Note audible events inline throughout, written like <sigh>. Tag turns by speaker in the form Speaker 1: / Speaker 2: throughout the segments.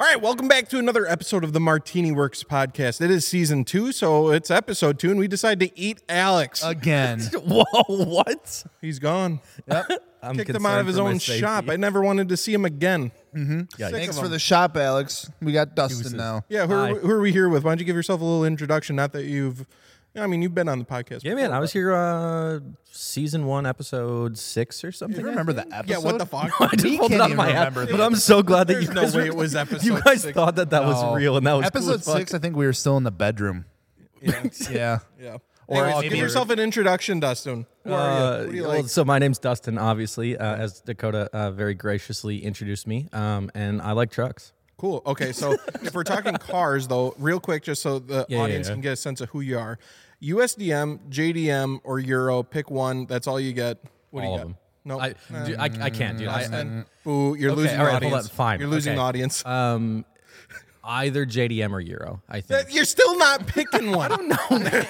Speaker 1: right, welcome back to another episode of the Martini Works podcast. It is season two, so it's episode two, and we decide to eat <laughs> Alex.
Speaker 2: again.
Speaker 3: <laughs> Whoa, what?
Speaker 1: He's gone.
Speaker 2: yep.
Speaker 3: I'm
Speaker 1: Kicked him out of his own shop. I never wanted to see him again.
Speaker 2: Thanks
Speaker 3: Thanks
Speaker 2: for the shop, Alex. We got Dustin now.
Speaker 1: Yeah, who are, who are we here with? Why don't you give yourself a little introduction? Not that you've, I mean, you've been on the podcast.
Speaker 3: yeah, man. I was here uh season one, episode six or something.
Speaker 2: You
Speaker 3: <laughs>
Speaker 2: remember the episode?
Speaker 1: Yeah, what the fuck?
Speaker 3: I just
Speaker 2: He
Speaker 3: pulled it
Speaker 2: can't
Speaker 3: out of my
Speaker 2: even
Speaker 3: hat.
Speaker 2: remember
Speaker 3: But I'm so glad that
Speaker 1: There's
Speaker 3: you
Speaker 1: no
Speaker 3: guys
Speaker 1: way
Speaker 3: were-
Speaker 1: it was episode
Speaker 3: <laughs> You guys
Speaker 1: six.
Speaker 3: thought that that
Speaker 2: No.
Speaker 3: was real and that was
Speaker 2: episode
Speaker 3: cool as
Speaker 2: six. I think we were still in the bedroom.
Speaker 3: <laughs>
Speaker 2: Yeah.
Speaker 1: yeah.
Speaker 2: Or
Speaker 1: Anyways,
Speaker 2: all
Speaker 1: give
Speaker 2: geared.
Speaker 1: yourself an introduction, Dustin. Who are you?
Speaker 3: Uh,
Speaker 1: What do you
Speaker 3: well,
Speaker 1: like?
Speaker 3: So my name's Dustin, obviously, uh, as Dakota uh, very graciously introduced me, um, and I like trucks.
Speaker 1: Cool. Okay, so if we're talking cars, though, real quick, just so the
Speaker 3: Yeah, yeah,
Speaker 1: audience
Speaker 3: yeah.
Speaker 1: can get a sense of who you are, USDM, JDM, or Euro, pick one. That's all you get. What do
Speaker 3: All
Speaker 1: you
Speaker 3: of
Speaker 1: got?
Speaker 3: them.
Speaker 1: Nope. Mm.
Speaker 3: I, dude, I, I can't, dude. I, I,
Speaker 1: Dustin. Ooh, you're losing
Speaker 3: all
Speaker 1: the
Speaker 3: right, hold
Speaker 1: audience.
Speaker 3: on, fine,
Speaker 1: You're losing
Speaker 3: okay. Uh,
Speaker 1: the audience.
Speaker 3: either JDM or Euro. I think.
Speaker 1: <laughs> <laughs> you're still not picking
Speaker 3: <laughs>
Speaker 1: one.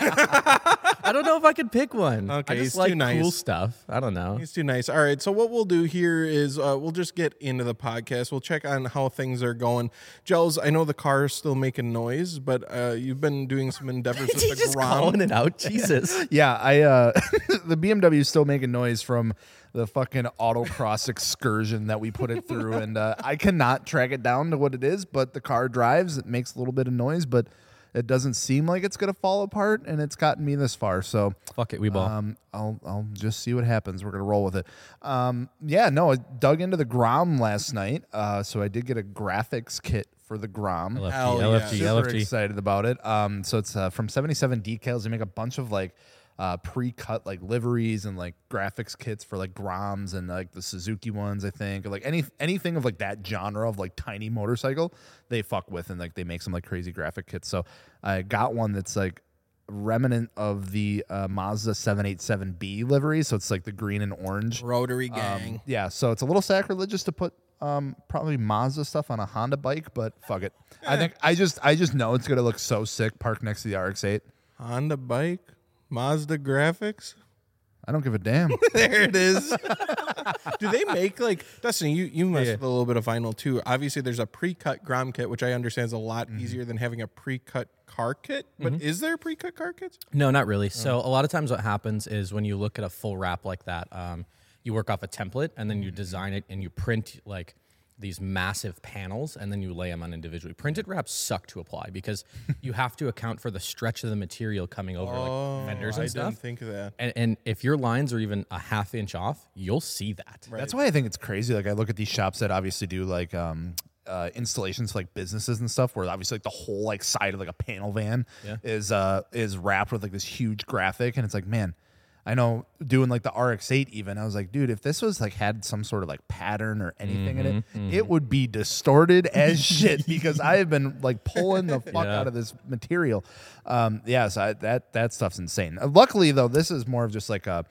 Speaker 3: I don't know if I could pick one.
Speaker 1: Okay,
Speaker 3: I
Speaker 1: he's
Speaker 3: just
Speaker 1: too
Speaker 3: like cool
Speaker 1: nice.
Speaker 3: stuff. I don't know.
Speaker 1: He's too nice. All right. So what we'll do here is uh, we'll just get into the podcast. We'll check on how things are going. Gels, I know the car is still making noise, but uh, you've been doing some
Speaker 3: <laughs>
Speaker 1: endeavors with the
Speaker 3: He's just
Speaker 1: Grom.
Speaker 3: calling it out. Jesus.
Speaker 2: Yeah, I uh <laughs> the BMW is still making noise from the fucking autocross excursion that we put it
Speaker 3: <laughs>
Speaker 2: through and uh, I cannot track it down to what it is, but the car drives, it makes a little bit of noise, but it doesn't seem like it's going to fall apart and it's gotten me this far. So,
Speaker 3: Fuck it, we ball.
Speaker 2: Um, I'll I'll just see what happens. We're gonna roll with it. Um, yeah, no, I dug into the Grom last night, uh, so I did get a graphics kit for the Grom.
Speaker 3: LFG,
Speaker 1: hell yeah.
Speaker 3: LFG,
Speaker 2: Super
Speaker 3: LFG.
Speaker 2: excited about it. Um, so it's uh, from seventy seven decals. They make a bunch of like. Uh, pre-cut like liveries and like graphics kits for like Groms and like the Suzuki ones, I think, or like any anything of like that genre of like tiny motorcycle, they fuck with and like they make some like crazy graphic kits. So I got one that's like remnant of the uh, Mazda 787B livery. So it's like the green and orange.
Speaker 1: Rotary
Speaker 3: Um,
Speaker 1: gang.
Speaker 2: Yeah. So it's a little sacrilegious to put um, probably Mazda stuff on a Honda bike, but fuck it. I think I just I just know it's gonna look so sick parked next to the RX-8.
Speaker 1: Honda bike. Mazda graphics. <laughs>
Speaker 2: I don't give a damn.
Speaker 1: There it is. <laughs> Do they make like Dustin? You you mess
Speaker 3: Yeah.
Speaker 1: with a little bit of vinyl too. Obviously, there's a pre-cut Grom kit, which I understand is a lot easier than having a pre-cut car kit. But is there pre-cut car kits?
Speaker 3: No, not really. So a lot of times, what happens is when you look at a full wrap like that, um, you work off a template and then you design it and you print like these massive panels and then you lay them on individually. Printed wraps suck to apply because you have to account for the stretch of the material coming over like fenders
Speaker 1: I
Speaker 3: and
Speaker 1: didn't
Speaker 3: stuff.
Speaker 1: think of
Speaker 3: <laughs>
Speaker 1: that.
Speaker 3: And, and if your lines are even a half inch off, you'll see that.
Speaker 2: That's why I think it's crazy. Like I look at these shops that obviously do like um uh, installations for like businesses and stuff where obviously like the whole like side of like a panel van is uh is wrapped with like this huge graphic and it's like man I know doing like the RX8 even I was like dude if this was like had some sort of like pattern or anything in it it would be distorted as shit because I have been like pulling the fuck out of this material um yeah so I, that that stuff's insane Uh, luckily though this is more of just like a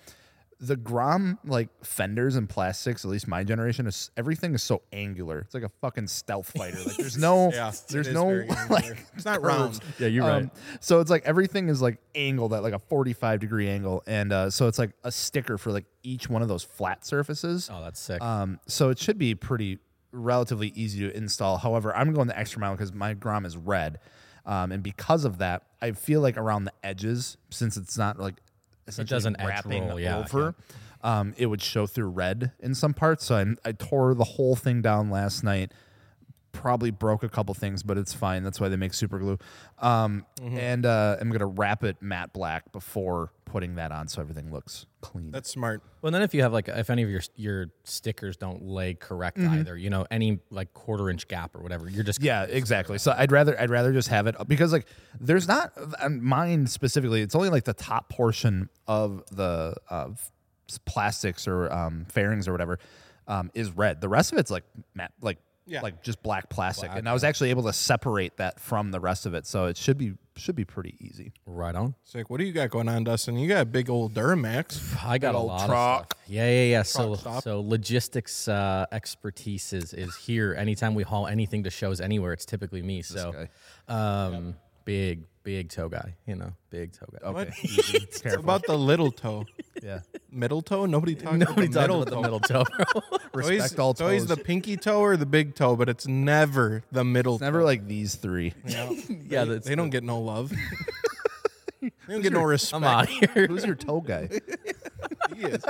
Speaker 2: the Grom like fenders and plastics, at least my generation, is everything is so angular. It's like a fucking stealth fighter. Like
Speaker 1: <laughs>
Speaker 2: there's no,
Speaker 1: Yeah, it
Speaker 2: there's
Speaker 1: is
Speaker 2: no
Speaker 1: very angular.
Speaker 2: <laughs> like.
Speaker 1: <laughs> It's not
Speaker 2: curves.
Speaker 1: round.
Speaker 3: Yeah, you're
Speaker 2: Um, so it's like everything is like angled at like a 45 degree angle, and uh, so it's like a sticker for like each one of those flat surfaces.
Speaker 3: Oh, that's sick.
Speaker 2: Um, so it should be pretty relatively easy to install. However, I'm going the extra mile because my Grom is red, um, and because of that, I feel like around the edges, since it's not like essentially
Speaker 3: doesn't edge
Speaker 2: wrapping
Speaker 3: roll, yeah,
Speaker 2: over, Um, it would show through red in some parts. So I, I tore the whole thing down last night. Probably broke a couple things, but it's fine. That's why they make super glue. Um,
Speaker 3: Mm-hmm.
Speaker 2: And uh, I'm gonna wrap it matte black before putting that on, so everything looks clean.
Speaker 1: That's smart.
Speaker 3: Well, then if you have like if any of your your stickers don't lay correct either, you know any like quarter inch gap or whatever, you're just
Speaker 2: Mm-hmm. Yeah, exactly. So I'd rather I'd rather just have it because like there's not uh, mine specifically. It's only like the top portion of the uh, s- plastics or um, fairings or whatever um, is red. The rest of it's like matte, like
Speaker 1: Yeah.
Speaker 2: like just black plastic. and I was actually able to separate that from the rest of it, so it should be should be pretty easy.
Speaker 3: right on.
Speaker 1: Sick. What do you got going on, Dustin? You got a big old Duramax.
Speaker 3: I got a
Speaker 2: old
Speaker 3: lot of
Speaker 2: truck.
Speaker 3: stuff. Yeah, yeah, yeah. So,
Speaker 1: stop.
Speaker 3: so logistics uh, expertise is, is here. Anytime we haul anything to shows anywhere, it's typically me. So, um, big, big toe guy. You know, big toe guy.
Speaker 2: Okay. easy. Careful.
Speaker 1: About the little toe,
Speaker 2: <laughs> yeah.
Speaker 1: middle toe. Nobody talks about the
Speaker 3: Nobody talks
Speaker 1: middle
Speaker 3: about the
Speaker 1: toe.
Speaker 3: middle toe, bro.
Speaker 1: It's <laughs> always-
Speaker 2: Respect all
Speaker 1: It's always
Speaker 2: toes.
Speaker 1: the pinky toe or the big toe, but it's never the middle. toe.
Speaker 2: Never like these
Speaker 1: <laughs>
Speaker 2: three.
Speaker 3: yeah, that's,
Speaker 1: They don't get no love.
Speaker 3: <laughs>
Speaker 1: they don't get no respect.
Speaker 3: I'm out
Speaker 2: <laughs> <laughs>
Speaker 3: here.
Speaker 2: Who's your
Speaker 1: <laughs>
Speaker 2: toe guy?
Speaker 1: Oh, He is.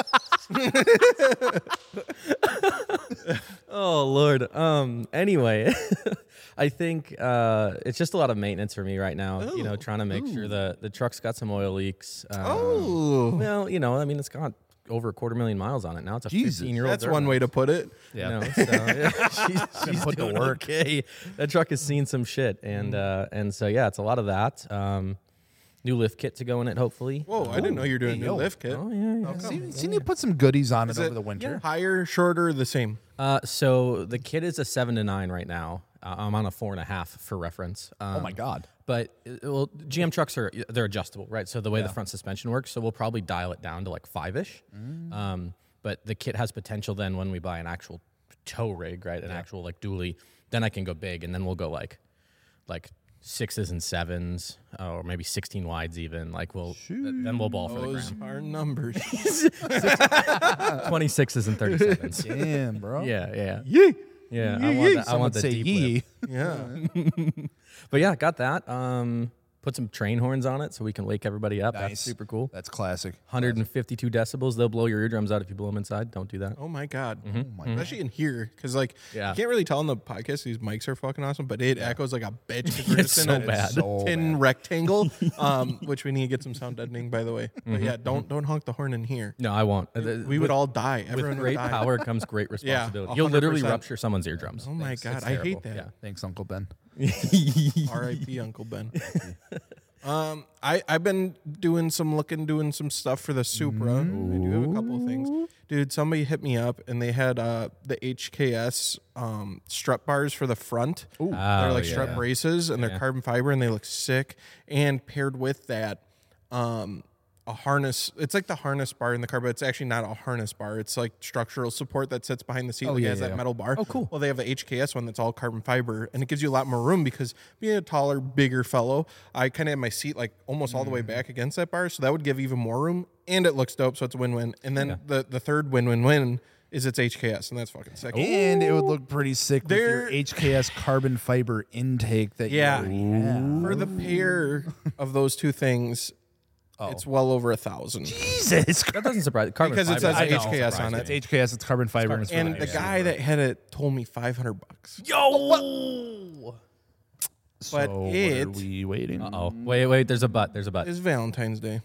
Speaker 3: Oh Lord. Um. Anyway, <laughs> I think uh, it's just a lot of maintenance for me right now. you know, trying to make sure the the truck's got some oil leaks. Um,
Speaker 1: <laughs>
Speaker 2: Oh.
Speaker 1: Ooh,
Speaker 3: Well, you know, I mean, it's got over a quarter million miles on it now. It's a
Speaker 2: Jesus,
Speaker 3: fifteen year old.
Speaker 1: that's one way to put it.
Speaker 2: Yeah. <laughs>
Speaker 3: No, so, yeah, she's, she's
Speaker 2: put to
Speaker 3: doing
Speaker 2: work.
Speaker 3: okay. That truck has seen some shit, and
Speaker 2: Mm.
Speaker 3: uh, and so yeah, it's a lot of that. Um, new lift kit to go in it, hopefully.
Speaker 1: Whoa, I didn't know you were doing a
Speaker 2: yo.
Speaker 1: new lift kit.
Speaker 3: Oh yeah, yeah.
Speaker 2: Seen, seen you put some goodies on it
Speaker 1: Is
Speaker 2: over
Speaker 1: it
Speaker 2: the winter.
Speaker 1: Higher, shorter, the same.
Speaker 3: Uh, so the kid is a seven to nine right now. Uh, I'm on a four and a half for reference. Um,
Speaker 2: Oh my god.
Speaker 3: But uh, well, GM trucks are they're adjustable, right? So the way the front suspension works, so we'll probably dial it down to like five ish.
Speaker 2: Mm.
Speaker 3: Um, but the kit has potential then when we buy an actual tow rig, right? An actual like dually, then I can go big, and then we'll go like like sixes and sevens, uh, or maybe sixteen wides even. Like we'll th- then we'll ball for the
Speaker 1: Those
Speaker 3: ground.
Speaker 1: are
Speaker 3: <laughs>
Speaker 1: numbers.
Speaker 3: Twenty sixes and
Speaker 2: <laughs>
Speaker 3: thirty sevens.
Speaker 2: Damn, bro.
Speaker 3: yeah, yeah,
Speaker 2: Yee.
Speaker 3: yeah. I
Speaker 2: Yee,
Speaker 3: want
Speaker 2: yee.
Speaker 3: the, I
Speaker 2: Some
Speaker 3: want
Speaker 2: would
Speaker 3: the
Speaker 2: say
Speaker 3: deep
Speaker 2: yee.
Speaker 3: lift.
Speaker 1: yeah.
Speaker 3: But yeah, got that. Um, put some train horns on it so we can wake everybody up. That's super cool.
Speaker 2: That's classic.
Speaker 3: 152 decibels. They'll blow your eardrums out if you blow them inside. Don't do that.
Speaker 1: Oh my god. Especially in here, because like
Speaker 3: Mm-hmm. Yeah.
Speaker 1: you can't really tell on the podcast these mics are fucking awesome, but it echoes like a
Speaker 3: <laughs>
Speaker 1: bitch. 'cause we're
Speaker 3: It's
Speaker 1: just in
Speaker 3: so
Speaker 1: a
Speaker 3: bad.
Speaker 2: So
Speaker 1: tin
Speaker 3: <laughs>
Speaker 1: rectangle, um, which we need to get some sound deadening, by the way. But yeah, don't don't honk the horn in here.
Speaker 3: No, I won't.
Speaker 1: We would all die. Everyone
Speaker 3: Mm-hmm. With
Speaker 1: would
Speaker 3: great
Speaker 1: die.
Speaker 3: power
Speaker 1: <laughs>
Speaker 3: comes great responsibility.
Speaker 1: Yeah,
Speaker 3: You'll literally
Speaker 1: 100%.
Speaker 3: rupture someone's eardrums. <laughs>
Speaker 1: Oh my god, I hate that.
Speaker 2: Thanks, Uncle Ben.
Speaker 1: R.I.P. Uncle Ben. um, I I've been doing some looking, doing some stuff for the Supra. I do have a couple of things, dude. Somebody hit me up and they had uh the HKS um strut bars for the front. Ooh, they're
Speaker 3: Oh,
Speaker 1: like
Speaker 3: yeah.
Speaker 1: strut braces and they're carbon fiber and they look sick. And paired with that, um. A harness. It's like the harness bar in the car, but it's actually not a harness bar. It's like structural support that sits behind the seat. like it
Speaker 2: yeah,
Speaker 1: has
Speaker 2: yeah,
Speaker 1: that
Speaker 2: yeah.
Speaker 1: metal bar.
Speaker 3: Oh, cool.
Speaker 1: Well, they have the HKS one that's all carbon fiber, and it gives you a lot more room because being a taller, bigger fellow, I kind of had my seat like almost all the way
Speaker 3: Mm.
Speaker 1: back against that bar, so that would give even more room, and it looks dope, so it's a win-win. And then the the third win-win-win is it's HKS, and that's fucking sick.
Speaker 2: And it would look pretty sick with your
Speaker 1: There-
Speaker 2: HKS carbon fiber intake that
Speaker 1: Yeah.
Speaker 2: you already have.
Speaker 1: For the pair of those two things,
Speaker 3: Oh.
Speaker 1: it's well over a thousand
Speaker 2: Jesus Christ.
Speaker 3: Doesn't surprise carbon
Speaker 1: because it
Speaker 3: fiber.
Speaker 1: says
Speaker 2: know,
Speaker 1: HKS on
Speaker 2: It's
Speaker 1: it.
Speaker 2: HKS, it's carbon fiber. and it's for
Speaker 1: And the
Speaker 2: the
Speaker 1: guy that had it told me five hundred bucks.
Speaker 2: Yo!
Speaker 1: But
Speaker 2: so
Speaker 1: it-
Speaker 2: what are we waiting?
Speaker 3: Oh wait, wait. There's a butt. There's a butt.
Speaker 1: It's Valentine's Day.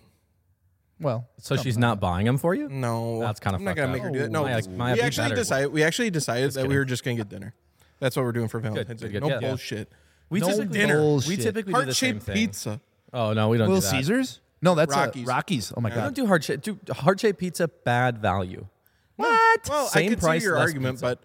Speaker 2: Well,
Speaker 3: So she's not buying them for you.
Speaker 1: No,
Speaker 3: That's kinda
Speaker 1: I'm not
Speaker 3: fucked
Speaker 1: gonna
Speaker 3: up.
Speaker 1: make her do it. No,
Speaker 3: Maya-
Speaker 1: it's-
Speaker 3: Maya,
Speaker 1: we
Speaker 3: be
Speaker 1: actually
Speaker 3: better.
Speaker 1: decided. We actually decided that we were just gonna get dinner. That's what we're doing for Valentine's
Speaker 3: good,
Speaker 1: Day.
Speaker 3: good.
Speaker 1: No
Speaker 3: Yeah.
Speaker 1: bullshit.
Speaker 3: We
Speaker 2: No
Speaker 3: typically
Speaker 2: dinner.
Speaker 3: We
Speaker 2: bullshit.
Speaker 3: typically do
Speaker 1: Heart
Speaker 3: the same
Speaker 1: shaped
Speaker 3: thing.
Speaker 1: pizza.
Speaker 3: Oh no, we don't
Speaker 2: Little
Speaker 3: do that.
Speaker 2: Caesars? No, that's Rockies.
Speaker 1: Rockies.
Speaker 2: Rockies. Oh my
Speaker 3: We don't
Speaker 2: god.
Speaker 3: do heart shape. Do heart shaped pizza bad value?
Speaker 2: What?
Speaker 1: Well,
Speaker 3: Same
Speaker 1: I could
Speaker 3: price,
Speaker 1: see your
Speaker 3: less
Speaker 1: argument, but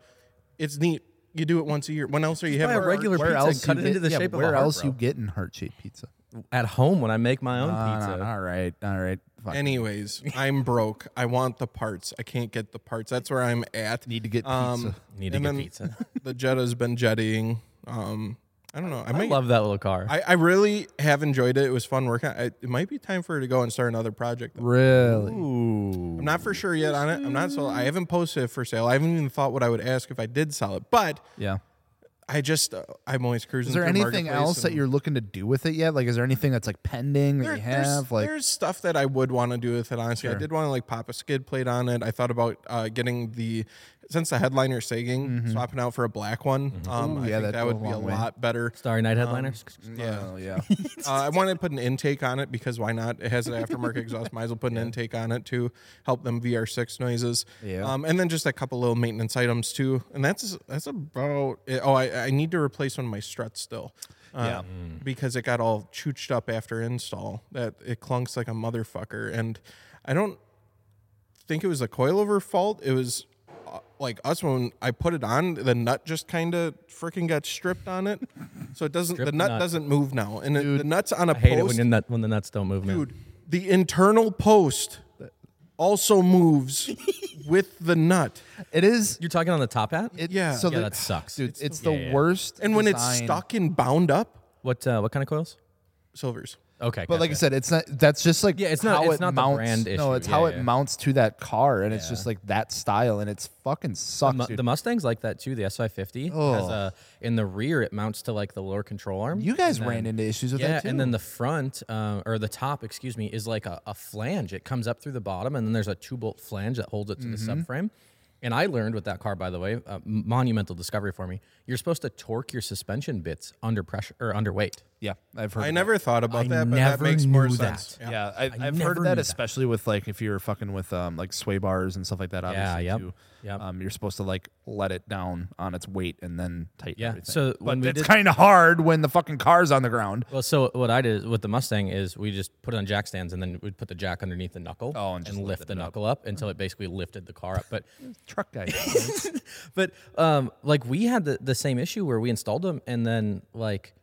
Speaker 1: it's neat. You do it once a year. When else are you
Speaker 3: buy
Speaker 1: having
Speaker 3: a regular
Speaker 2: Where
Speaker 3: pizza and
Speaker 2: else
Speaker 3: cut
Speaker 2: you
Speaker 3: it into the
Speaker 2: get- yeah,
Speaker 3: shape of a
Speaker 2: Where
Speaker 3: heart,
Speaker 2: else
Speaker 3: bro.
Speaker 2: you getting heart shaped pizza?
Speaker 3: At home when I make my own
Speaker 2: Uh,
Speaker 3: pizza.
Speaker 2: all right, all right. Fuck.
Speaker 1: Anyways, I'm broke. I want the parts. I can't get the parts. That's where I'm at.
Speaker 2: Need to get
Speaker 1: Um,
Speaker 2: pizza.
Speaker 3: Need to
Speaker 1: and
Speaker 3: get
Speaker 1: then
Speaker 3: pizza.
Speaker 1: <laughs> the Jetta's been jettying. Um, I don't know. I
Speaker 3: I
Speaker 1: might
Speaker 3: love that little car.
Speaker 1: I, I really have enjoyed it. It was fun working. I, it might be time for her to go and start another project. though.
Speaker 2: Really?
Speaker 1: I'm not for sure yet on it. I'm not sold. I haven't posted it for sale. I haven't even thought what I would ask if I did sell it. But
Speaker 2: Yeah.
Speaker 1: I just uh, I'm always cruising.
Speaker 2: Is there
Speaker 1: through
Speaker 2: anything
Speaker 1: Marketplace
Speaker 2: else that
Speaker 1: and-
Speaker 2: you're looking to do with it yet? Like, is there anything that's like pending that
Speaker 1: There-
Speaker 2: you
Speaker 1: there's,
Speaker 2: have? Like,
Speaker 1: there's stuff that I would want to do with it. Honestly, I did want to like pop a skid plate on it. I thought about uh, getting the since the headliner sagging, swapping out for a black one. Um, I
Speaker 2: Mm-hmm. yeah,
Speaker 1: think
Speaker 2: that'd
Speaker 1: that
Speaker 2: go
Speaker 1: would
Speaker 2: a
Speaker 1: be a
Speaker 2: long way.
Speaker 1: lot better.
Speaker 3: Starry Night
Speaker 2: Um,
Speaker 3: headliners.
Speaker 1: <laughs> Yeah.
Speaker 2: oh, yeah.
Speaker 1: Uh, I wanted to put an intake on it because why not? It has an aftermarket exhaust. Might as well put an intake on it to help them VR6 noises.
Speaker 2: Yeah.
Speaker 1: Um, and then just a couple little maintenance items too. And that's that's about it. Oh, I, I need to replace one of my struts still. Uh, Because it got all chooched up after install. That it clunks like a motherfucker. And I don't think it was a coilover fault. It was uh, like us when I put it on, the nut just kind of freaking got stripped on it, so it doesn't. the nut,
Speaker 3: nut.
Speaker 1: doesn't move now, and it, the nuts on a
Speaker 3: I hate it
Speaker 1: post,
Speaker 3: when the, nut, when the nuts don't move. man.
Speaker 1: dude. The internal post also
Speaker 3: <laughs>
Speaker 1: moves with the nut,
Speaker 2: it is.
Speaker 3: You're talking on the top hat?
Speaker 2: It,
Speaker 1: Yeah.
Speaker 2: So
Speaker 3: yeah,
Speaker 2: that-
Speaker 3: that sucks.
Speaker 2: dude, it's, the worst.
Speaker 1: and when it's
Speaker 2: design.
Speaker 1: stuck and bound up,
Speaker 3: What uh, what kind of coils?
Speaker 1: silvers.
Speaker 3: Okay,
Speaker 2: But like I
Speaker 3: gotcha.
Speaker 2: said, it's not. That's just like
Speaker 3: Yeah, it's not-
Speaker 2: how
Speaker 3: it's
Speaker 2: it
Speaker 3: not the
Speaker 2: mounts.
Speaker 3: brand
Speaker 2: No,
Speaker 3: issue.
Speaker 2: it's
Speaker 3: Yeah,
Speaker 2: how
Speaker 3: yeah.
Speaker 2: it mounts to that car, and it's
Speaker 3: Yeah.
Speaker 2: just like that style, and it's fucking sucks,
Speaker 3: Mu-
Speaker 2: dude. Oh.
Speaker 3: the Mustang's like that too. The SI50 has a in the rear it mounts to like the lower control arm.
Speaker 2: you guys ran into issues with
Speaker 3: yeah,
Speaker 2: that too.
Speaker 3: and then the front uh, or the top, excuse me, is like a, a flange. It comes up through the bottom, and then there's a two bolt flange that holds it to the
Speaker 2: Mm-hmm.
Speaker 3: subframe. And I learned with that car, by the way, a monumental discovery for me. You're supposed to torque your suspension bits under pressure or under weight.
Speaker 2: yeah, I've heard.
Speaker 1: I
Speaker 2: of
Speaker 1: never thought about
Speaker 3: I
Speaker 1: that, but that
Speaker 3: never
Speaker 1: makes more
Speaker 3: knew
Speaker 1: sense.
Speaker 3: that.
Speaker 2: that. Yeah, I, I have heard
Speaker 3: never
Speaker 2: of
Speaker 3: knew
Speaker 2: that,
Speaker 3: that.
Speaker 2: especially with like if you're fucking with um like sway bars and stuff like that. Obviously,
Speaker 3: yep,
Speaker 2: too.
Speaker 3: yep.
Speaker 2: Um, you're supposed to like let it down on its weight and then tighten.
Speaker 3: Yeah,
Speaker 2: everything.
Speaker 3: so
Speaker 2: but
Speaker 3: when we
Speaker 2: it's
Speaker 3: did-
Speaker 2: kind of hard when the fucking car's on the ground.
Speaker 3: Well, so what I did with the Mustang is we just put it on jack stands, and then we'd put the jack underneath the knuckle
Speaker 2: Oh, and just
Speaker 3: lift the knuckle up until it basically lifted the car up. But <laughs>
Speaker 2: Truck guy.
Speaker 3: but um, like we had the, the same issue where we installed them and then like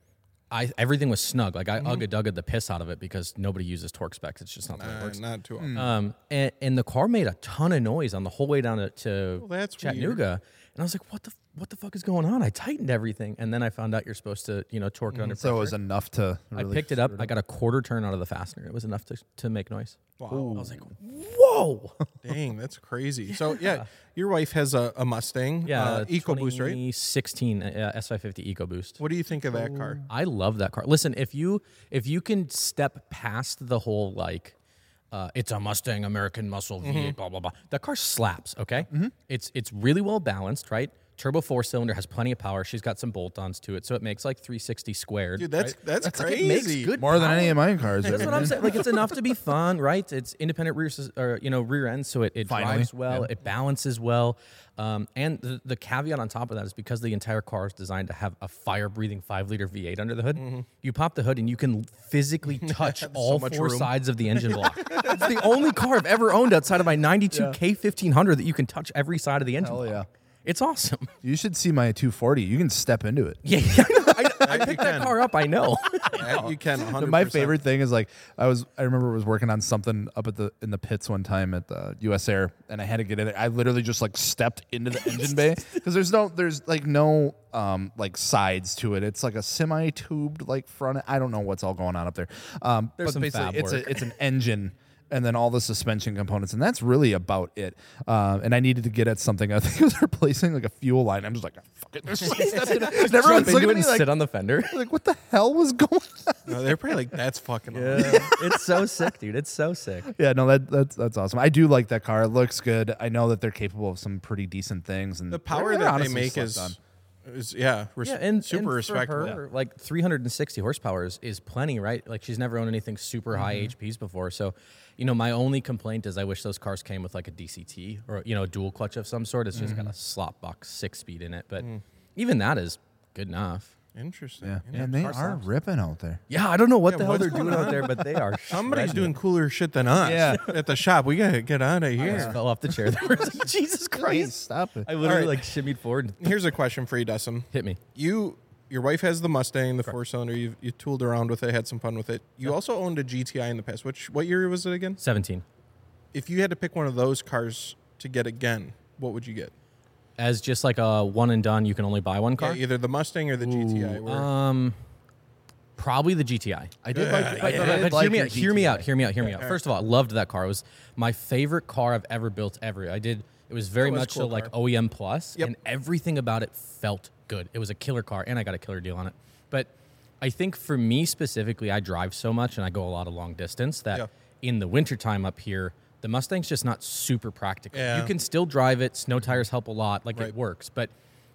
Speaker 3: I everything was snug. Like I ugga dugga the piss out of it because nobody uses torque specs. It's just not the way it
Speaker 1: Uh,
Speaker 3: works.
Speaker 1: not too often.
Speaker 3: Um, and, and the car made a ton of noise on the whole way down to, to
Speaker 1: that's
Speaker 3: Chattanooga. And I was like, what the what the fuck is going on? I tightened everything, and then I found out you're supposed to you know torque it
Speaker 2: <laughs>
Speaker 3: under.
Speaker 2: so it
Speaker 3: pressure.
Speaker 2: was enough to.
Speaker 3: I
Speaker 2: Really <laughs>
Speaker 3: picked it up. I got a quarter turn out of the fastener. It was enough to, to make noise.
Speaker 1: Wow.
Speaker 3: I was like,
Speaker 1: <laughs>
Speaker 3: whoa.
Speaker 1: Dang, that's crazy.
Speaker 3: <laughs>
Speaker 1: So yeah, your wife has a, a Mustang,
Speaker 3: Yeah.
Speaker 1: uh, EcoBoost, right?
Speaker 3: 2016 uh, SI50 EcoBoost.
Speaker 1: What do you think of that car?
Speaker 3: I love that car. Listen, if you if you can step past the whole like uh, it's a Mustang American muscle V8,
Speaker 1: Mm-hmm.
Speaker 3: blah blah blah. That car slaps, okay? It's it's really well balanced, right? Turbo four cylinder has plenty of power. She's got some bolt-ons to it, so it makes like 360 squared.
Speaker 1: Dude, that's
Speaker 3: right?
Speaker 1: that's,
Speaker 3: like,
Speaker 1: crazy.
Speaker 3: it makes good
Speaker 2: more than any of my cars.
Speaker 3: That's what I'm saying. Like it's enough to be fun, right? It's independent rear, sus- or you know, rear end, so it, it
Speaker 2: Finally.
Speaker 3: drives well, it balances well, um, and the, the caveat on top of that is because the entire car is designed to have a fire breathing five liter V8 under the hood.
Speaker 2: Mm-hmm.
Speaker 3: You pop the hood and you can
Speaker 2: <laughs>
Speaker 3: physically touch all
Speaker 1: much
Speaker 3: four
Speaker 1: room.
Speaker 3: sides of the engine block. it's the only car I've ever owned outside of my '92 K1500 that you can touch every side of the engine.
Speaker 2: Hell
Speaker 3: block.
Speaker 2: yeah. <laughs>
Speaker 3: It's awesome.
Speaker 2: You should see my 240. You can step into it.
Speaker 3: <laughs> Yeah, yeah, I, know. I, I
Speaker 1: you
Speaker 3: picked that
Speaker 1: can.
Speaker 3: car up. I know.
Speaker 1: That you can. 100%.
Speaker 2: My favorite thing is like I was I remember was working on something up at the in the pits one time at the US Air and I had to get in it. I literally just like stepped into
Speaker 3: <laughs>
Speaker 2: the engine bay because there's no there's like no um like sides to it. It's like a semi tubed like front. I don't know what's all going on up there. Um
Speaker 3: There's
Speaker 2: but
Speaker 3: some
Speaker 2: basically
Speaker 3: fab
Speaker 2: it's
Speaker 3: work.
Speaker 2: a it's an engine and then all the suspension components and that's really about it. Um, and I needed to get at something. I think <laughs> it was replacing like a fuel line. I'm just like fuck it.
Speaker 3: <laughs>
Speaker 2: Just stepped in it. And <laughs>
Speaker 3: Jump
Speaker 2: everyone's
Speaker 3: into
Speaker 2: looking at
Speaker 3: it and
Speaker 2: me like,
Speaker 3: sit on
Speaker 2: <laughs>
Speaker 3: the fender.
Speaker 2: like what the hell was <laughs> going on?
Speaker 1: No, they're probably like that's
Speaker 3: <laughs>
Speaker 1: fucking. awesome.
Speaker 3: it's so sick, dude. It's so sick.
Speaker 2: Yeah, no, that that's that's awesome. I do like that car. It looks good. I know that they're capable of some pretty decent things. And
Speaker 1: The power that they make is, is yeah, res-
Speaker 3: Yeah, and
Speaker 1: super
Speaker 3: and for
Speaker 1: respectable.
Speaker 3: her, like 360 horsepower is, is plenty, right? Like she's never owned anything super high HPs before. So, you know, my only complaint is I wish those cars came with like a DCT or you know a dual clutch of some sort. It's just got a slop box six speed in it, but even that is good enough.
Speaker 1: Interesting.
Speaker 2: Yeah,
Speaker 1: Yeah.
Speaker 2: and they are ripping out there.
Speaker 3: Yeah, I don't know what the hell
Speaker 1: what's
Speaker 3: they're
Speaker 1: going
Speaker 3: doing out there, but they are.
Speaker 1: <laughs> Somebody's
Speaker 3: shredding
Speaker 1: doing cooler shit than us.
Speaker 2: Yeah.
Speaker 1: <laughs> At the shop, we gotta get out of
Speaker 3: it. I
Speaker 1: here.
Speaker 3: just fell off the chair. <laughs> There.
Speaker 2: Please
Speaker 3: Jesus Christ!
Speaker 2: stop it.
Speaker 3: I literally
Speaker 1: All right.
Speaker 3: like shimmied forward and
Speaker 1: Here's a question for you, Dustin.
Speaker 3: hit me.
Speaker 1: You, your wife has the Mustang, the four cylinder. You you tooled around with it, had some fun with it. You also owned a GTI in the past. Which what year was it again?
Speaker 3: 17
Speaker 1: If you had to pick one of those cars to get again, what would you get?
Speaker 3: as just like a one and done. You can only buy one car.
Speaker 1: Yeah, either the Mustang or the GTI. Where,
Speaker 2: uh,
Speaker 3: Um, probably the GTI.
Speaker 2: I did like.
Speaker 3: But,
Speaker 2: I
Speaker 3: but-
Speaker 2: did
Speaker 3: but
Speaker 2: like
Speaker 3: hear me
Speaker 2: your
Speaker 3: out. Hear me
Speaker 2: GTI.
Speaker 3: out. Hear me out. Hear me out. First of all, I loved that car. It was my favorite car I've ever built. Ever. I did. It was very
Speaker 1: That was a
Speaker 3: much so
Speaker 1: cool
Speaker 3: like
Speaker 1: car.
Speaker 3: OEM plus,
Speaker 1: Yep.
Speaker 3: and everything about it felt good. It was a killer car, and I got a killer deal on it. But I think for me specifically, I drive so much and I go a lot of long distance that
Speaker 1: Yeah.
Speaker 3: in the wintertime up here. The Mustang's just not super practical.
Speaker 1: Yeah.
Speaker 3: You can still drive it. Snow tires help a lot. Like
Speaker 1: Right.
Speaker 3: it works. But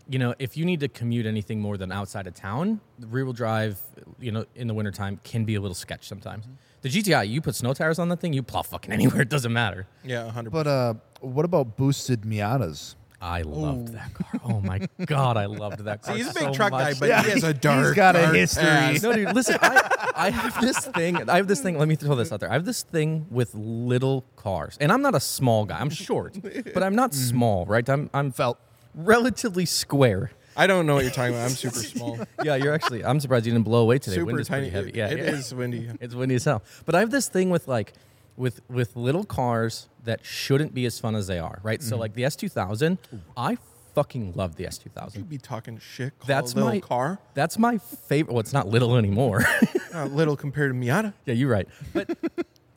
Speaker 3: you know, if you need to commute anything more than outside of town, the rear wheel drive, you know, in the wintertime can be a little sketch sometimes. The GTI, you put snow tires on that thing, you plow fucking <laughs> anywhere. It doesn't matter.
Speaker 1: yeah, hundred.
Speaker 2: But uh, what about boosted Miatas?
Speaker 3: I loved that car. Oh my
Speaker 1: <laughs>
Speaker 3: god, I loved that car.
Speaker 1: He's a big
Speaker 3: so
Speaker 1: truck guy,
Speaker 3: much.
Speaker 1: but he has
Speaker 2: <laughs>
Speaker 1: a dark.
Speaker 2: got a
Speaker 1: dark
Speaker 2: history.
Speaker 1: past.
Speaker 3: <laughs> no, dude, listen, I, I have this thing. I have this thing. Let me throw this out there. I have this thing with little cars, and I'm not a small guy. I'm short, but I'm
Speaker 1: <laughs>
Speaker 3: not
Speaker 1: Mm-hmm.
Speaker 3: small, right? I'm I'm
Speaker 2: Felt.
Speaker 3: relatively square.
Speaker 1: I don't know what you're talking about. I'm super <laughs> small,
Speaker 3: Yeah, you're actually. I'm surprised you didn't blow away today. Wind
Speaker 1: super
Speaker 3: is
Speaker 1: tiny.
Speaker 3: pretty heavy.
Speaker 1: It-
Speaker 3: yeah,
Speaker 1: it
Speaker 3: yeah.
Speaker 1: is
Speaker 3: <laughs>
Speaker 1: windy.
Speaker 3: It's windy as hell. But I have this thing with like with
Speaker 1: Mm-hmm.
Speaker 3: with little cars that shouldn't be as fun as they are, right? So like the S2000, I fucking love the S2000.
Speaker 1: You'd be talking shit. Called
Speaker 3: That's
Speaker 1: little
Speaker 3: my
Speaker 1: car.
Speaker 3: That's my favorite. Well, it's not little anymore. <laughs>
Speaker 1: Not little compared to Miata.
Speaker 3: yeah, you're right.
Speaker 1: <laughs>
Speaker 3: But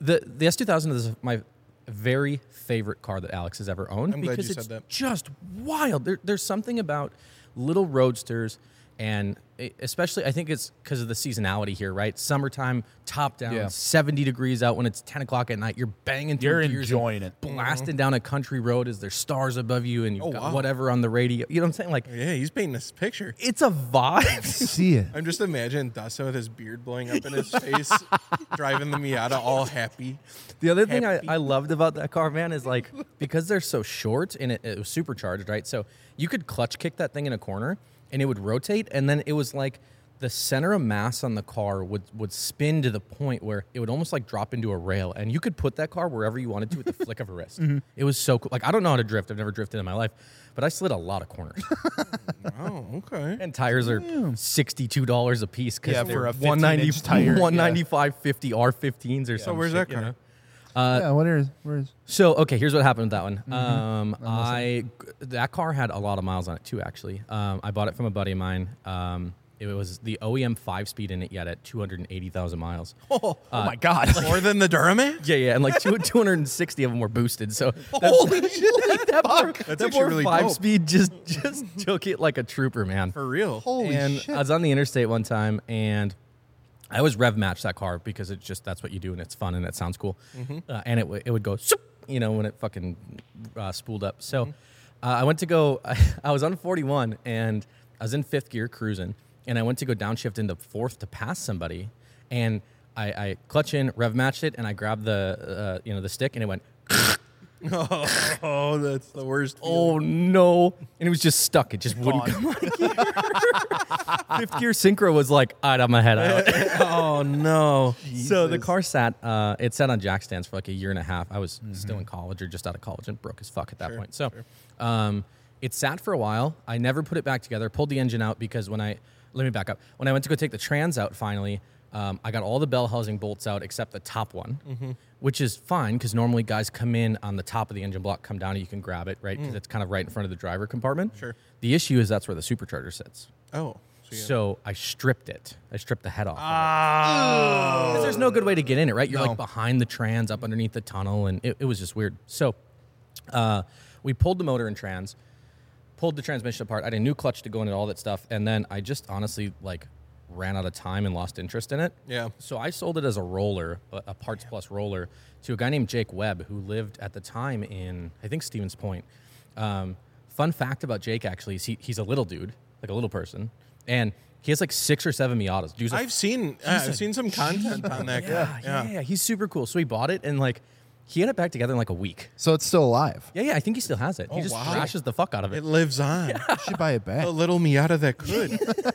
Speaker 3: the the S2000 is my very favorite car that Alex has ever owned
Speaker 1: I'm glad
Speaker 3: because
Speaker 1: you
Speaker 3: it's
Speaker 1: said that.
Speaker 3: just wild. There, there's something about little roadsters and e- especially I think it's because of the seasonality here, right? Summertime, top down,
Speaker 2: Yeah.
Speaker 3: 70 degrees out when it's 10 o'clock at night. You're banging through
Speaker 2: You're
Speaker 3: gears and
Speaker 2: enjoying it.
Speaker 3: blasting down a country road as there's stars above you and you've got
Speaker 1: Mm-hmm. Oh, wow.
Speaker 3: whatever on the radio. You know what I'm saying? Like
Speaker 1: Yeah, he's painting this picture.
Speaker 3: it's a vibe. <laughs>
Speaker 2: See it.
Speaker 1: I'm just imagining Dustin with his beard blowing up in his
Speaker 3: <laughs>
Speaker 1: face, driving the Miata all happy.
Speaker 3: The other thing I,
Speaker 1: Happy.
Speaker 3: I loved about that car, man, is like because they're so short and it, it was supercharged, right? So you could clutch kick that thing in a corner and it would rotate, and then it was like the center of mass on the car would would spin to the point where it would almost like drop into a rail, and you could put that car wherever you wanted to with the flick of a wrist. It was so cool. Like I don't know how to drift; I've never drifted in my life, but I slid a lot of corners.
Speaker 1: Oh, okay.
Speaker 3: and tires are sixty-two dollars a piece because
Speaker 2: Yeah,
Speaker 3: they're
Speaker 2: for a 15
Speaker 3: one ninety
Speaker 2: inch tire, yeah.
Speaker 3: one ninety-five fifty R fifteens or something.
Speaker 1: So where's that car?
Speaker 2: yeah, what is? Where is?
Speaker 3: So okay, here's what happened with that
Speaker 1: Mm-hmm.
Speaker 3: one. Um, I that car had a lot of miles on it too. Actually, um, I bought it from a buddy of mine. Um, it was the OEM five speed in it yet at
Speaker 1: <laughs>
Speaker 3: 280,000 miles.
Speaker 2: Oh, my god!
Speaker 1: More than the Duramac?
Speaker 3: Yeah, yeah, and like two, 260 of them were boosted. So that,
Speaker 2: Holy shit!
Speaker 3: <laughs> that poor,
Speaker 1: That's
Speaker 3: that
Speaker 1: actually
Speaker 3: poor
Speaker 1: really
Speaker 3: five
Speaker 1: dope.
Speaker 3: speed just <laughs> just took it like a trooper, man.
Speaker 1: For real.
Speaker 2: <laughs> Holy
Speaker 3: and
Speaker 2: shit!
Speaker 3: I was on the interstate one time and I always rev match that car because it's just that's what you do and it's fun and it sounds cool.
Speaker 2: Mm-hmm.
Speaker 3: Uh, and it, w- it would go, "Soop," you know, when it fucking uh, spooled up. So uh,
Speaker 2: Mm-hmm.
Speaker 3: I went to go, <laughs> I was on 41 and I was in fifth gear cruising and I went to go downshift into fourth to pass somebody and I, I clutch in, rev matched it, and I grabbed the uh, you know the stick, and it went, <laughs>
Speaker 1: Oh, that's the worst. feeling.
Speaker 3: "Oh no!" And it was just stuck; it just wouldn't
Speaker 2: Gone.
Speaker 3: come out of gear. Fifth gear synchro was like, "All right, I'm gonna head out."
Speaker 1: <laughs> Oh, no.
Speaker 3: So the car sat, uh, it sat on jack stands for like a year and a half. I was
Speaker 1: Mm-hmm.
Speaker 3: still in college or just out of college and broke as fuck at that point. So, um, it sat for a while. I never put it back together. Pulled the engine out because when I let me back up. When I went to go take the trans out, finally, um, I got all the bell housing bolts out except the top one,
Speaker 1: Mm-hmm.
Speaker 3: which is fine because normally guys come in on the top of the engine block, come down, and you can grab it,
Speaker 1: Mm.
Speaker 3: right? Because it's kind of right in front of the driver compartment. Sure. The issue is that's where the supercharger sits.
Speaker 1: Oh.
Speaker 3: So I stripped it. I stripped the head off. Ah. Because there's no good way to get in it, right? You're like behind the trans, up underneath the tunnel, and it, it was just weird. So uh, we pulled the motor and trans, pulled the transmission apart. I had a new clutch to go in and all that stuff. And then I just honestly like ran out of time and lost interest in it.
Speaker 1: Yeah.
Speaker 3: So I sold it as a roller, a a Parts Plus roller, to a guy named Jake Webb who lived at the time in, I think, Stevens Point. Um, fun fact about Jake actually is he, he's a little dude, like a little person, and he has like six or seven Miatas. Dude's a
Speaker 1: I've seen uh, I've seen some content on that
Speaker 3: <laughs> yeah,
Speaker 1: guy.
Speaker 3: yeah, yeah, He's super cool. So he bought it and like he had it back together in like a week.
Speaker 2: so it's still alive.
Speaker 3: Yeah, yeah. I think he still has it. he just
Speaker 1: Oh, wow.
Speaker 3: thrashes the fuck out of it.
Speaker 1: It lives on.
Speaker 2: You should buy it back.
Speaker 1: The little Miata that
Speaker 3: <laughs>
Speaker 1: could.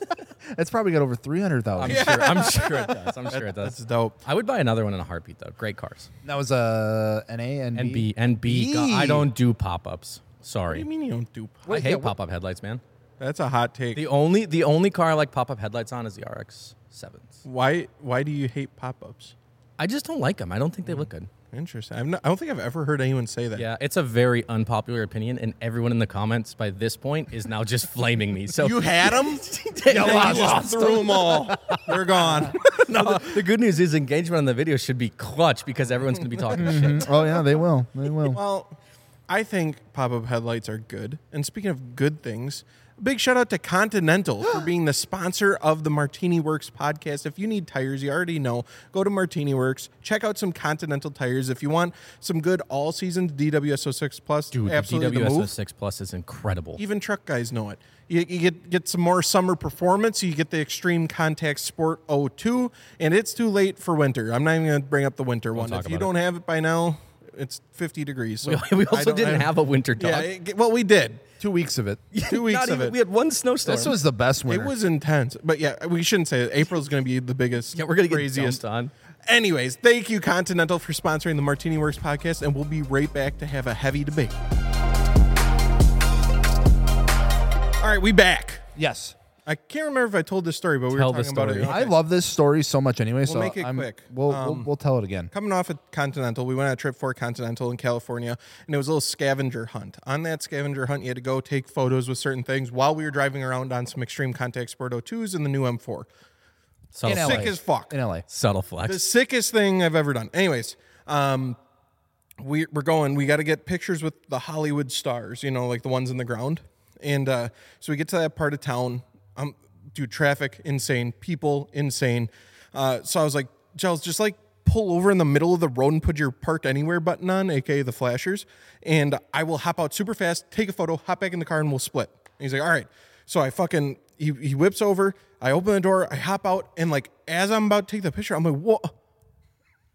Speaker 2: It's probably got over three hundred
Speaker 3: I'm
Speaker 2: thousand.
Speaker 3: sure. I'm sure it
Speaker 1: <laughs>
Speaker 3: does. I'm sure it
Speaker 1: That's
Speaker 3: does.
Speaker 1: dope.
Speaker 3: I would buy another one in a heartbeat though. Great cars.
Speaker 2: That was a an A and
Speaker 3: And B and B. God, I don't do pop ups.
Speaker 1: What do you
Speaker 3: Sorry.
Speaker 1: mean you don't do pop?
Speaker 3: I hate pop up headlights, man.
Speaker 1: That's a hot take.
Speaker 3: The only the only car I like pop up headlights on is the RX sevens.
Speaker 1: why why do you hate pop-ups?
Speaker 3: I just don't like them. I don't think they look good.
Speaker 1: Interesting. I'm not, I don't think I've ever heard anyone say that.
Speaker 3: Yeah, it's a very unpopular opinion, and everyone in the comments by this point is now just <laughs> flaming me. So
Speaker 1: You had
Speaker 3: <laughs>
Speaker 1: them?
Speaker 3: No, I lost
Speaker 1: threw <laughs> them all. They're gone.
Speaker 3: <laughs> no. The good news is engagement on the video should be clutch because everyone's going to be talking
Speaker 1: Mm-hmm.
Speaker 3: shit.
Speaker 2: Oh yeah, they will.
Speaker 1: <laughs>
Speaker 2: They will.
Speaker 1: Well, I think pop-up headlights are good. And speaking of good things, a big shout out to Continental <gasps> for being the sponsor of the Martini Works podcast. If you need tires, you already know, go to Martini Works, check out some Continental tires. If you want some good all-season DWSO6 Plus,
Speaker 3: Dude,
Speaker 1: absolutely
Speaker 3: the
Speaker 1: the
Speaker 3: DWSO
Speaker 1: move.
Speaker 3: 6 Plus is incredible.
Speaker 1: Even truck guys know it. You, you get get some more summer performance. You get the Extreme Contact Sport 02, and it's too late for winter. I'm not even going to bring up the winter one.
Speaker 3: talk
Speaker 1: If you
Speaker 3: about it.
Speaker 1: don't have it by now, it's 50 degrees. So
Speaker 3: <laughs> <laughs> we
Speaker 1: I
Speaker 3: also
Speaker 1: don't
Speaker 3: didn't have a winter dog.
Speaker 1: yeah, it, well, we did
Speaker 2: Two weeks of it.
Speaker 1: two
Speaker 3: <laughs>
Speaker 1: weeks
Speaker 3: Not
Speaker 1: of
Speaker 3: even-
Speaker 1: it.
Speaker 3: We had one snowstorm.
Speaker 2: This was the best
Speaker 1: it
Speaker 2: winter.
Speaker 1: was intense, but yeah, we shouldn't say it. April's going to be the biggest.
Speaker 3: yeah, we're going to get
Speaker 1: craziest.
Speaker 3: dumped on.
Speaker 1: Anyways, thank you Continental for sponsoring the Martini Works podcast, and we'll be right back to have a heavy debate. All right, we back.
Speaker 2: yes.
Speaker 1: I can't remember if I told this story, but we
Speaker 3: Tell
Speaker 1: were
Speaker 3: the
Speaker 1: talking about it.
Speaker 3: story.
Speaker 2: I love this story so much anyway. so
Speaker 1: make it
Speaker 2: I'm,
Speaker 1: quick. Um,
Speaker 2: We'll, we'll we'll tell it again.
Speaker 1: coming off at Continental, we went on a trip for Continental in California, and it was a little scavenger hunt. On that scavenger hunt, you had to go take photos with certain things while we were driving around on some Extreme Contact Sport 02s and the new M4.
Speaker 3: Subtle,
Speaker 2: In
Speaker 1: Sick
Speaker 2: LA.
Speaker 1: as fuck.
Speaker 2: In LA.
Speaker 3: subtle
Speaker 1: The
Speaker 3: flex.
Speaker 1: sickest thing I've ever done. Anyways, um, we, we're going. We got to get pictures with the Hollywood stars, you know, like the ones in the ground. And uh, so we get to that part of town. Um, dude, traffic insane, people insane. Uh, so I was like, Giles, just like pull over in the middle of the road and put your park anywhere button on, aka the flashers, and I will hop out super fast, take a photo, hop back in the car, and we'll split. And he's like, all right. So I fucking he, he whips over. I open the door, I hop out, and like as I'm about to take the picture, I'm like, what?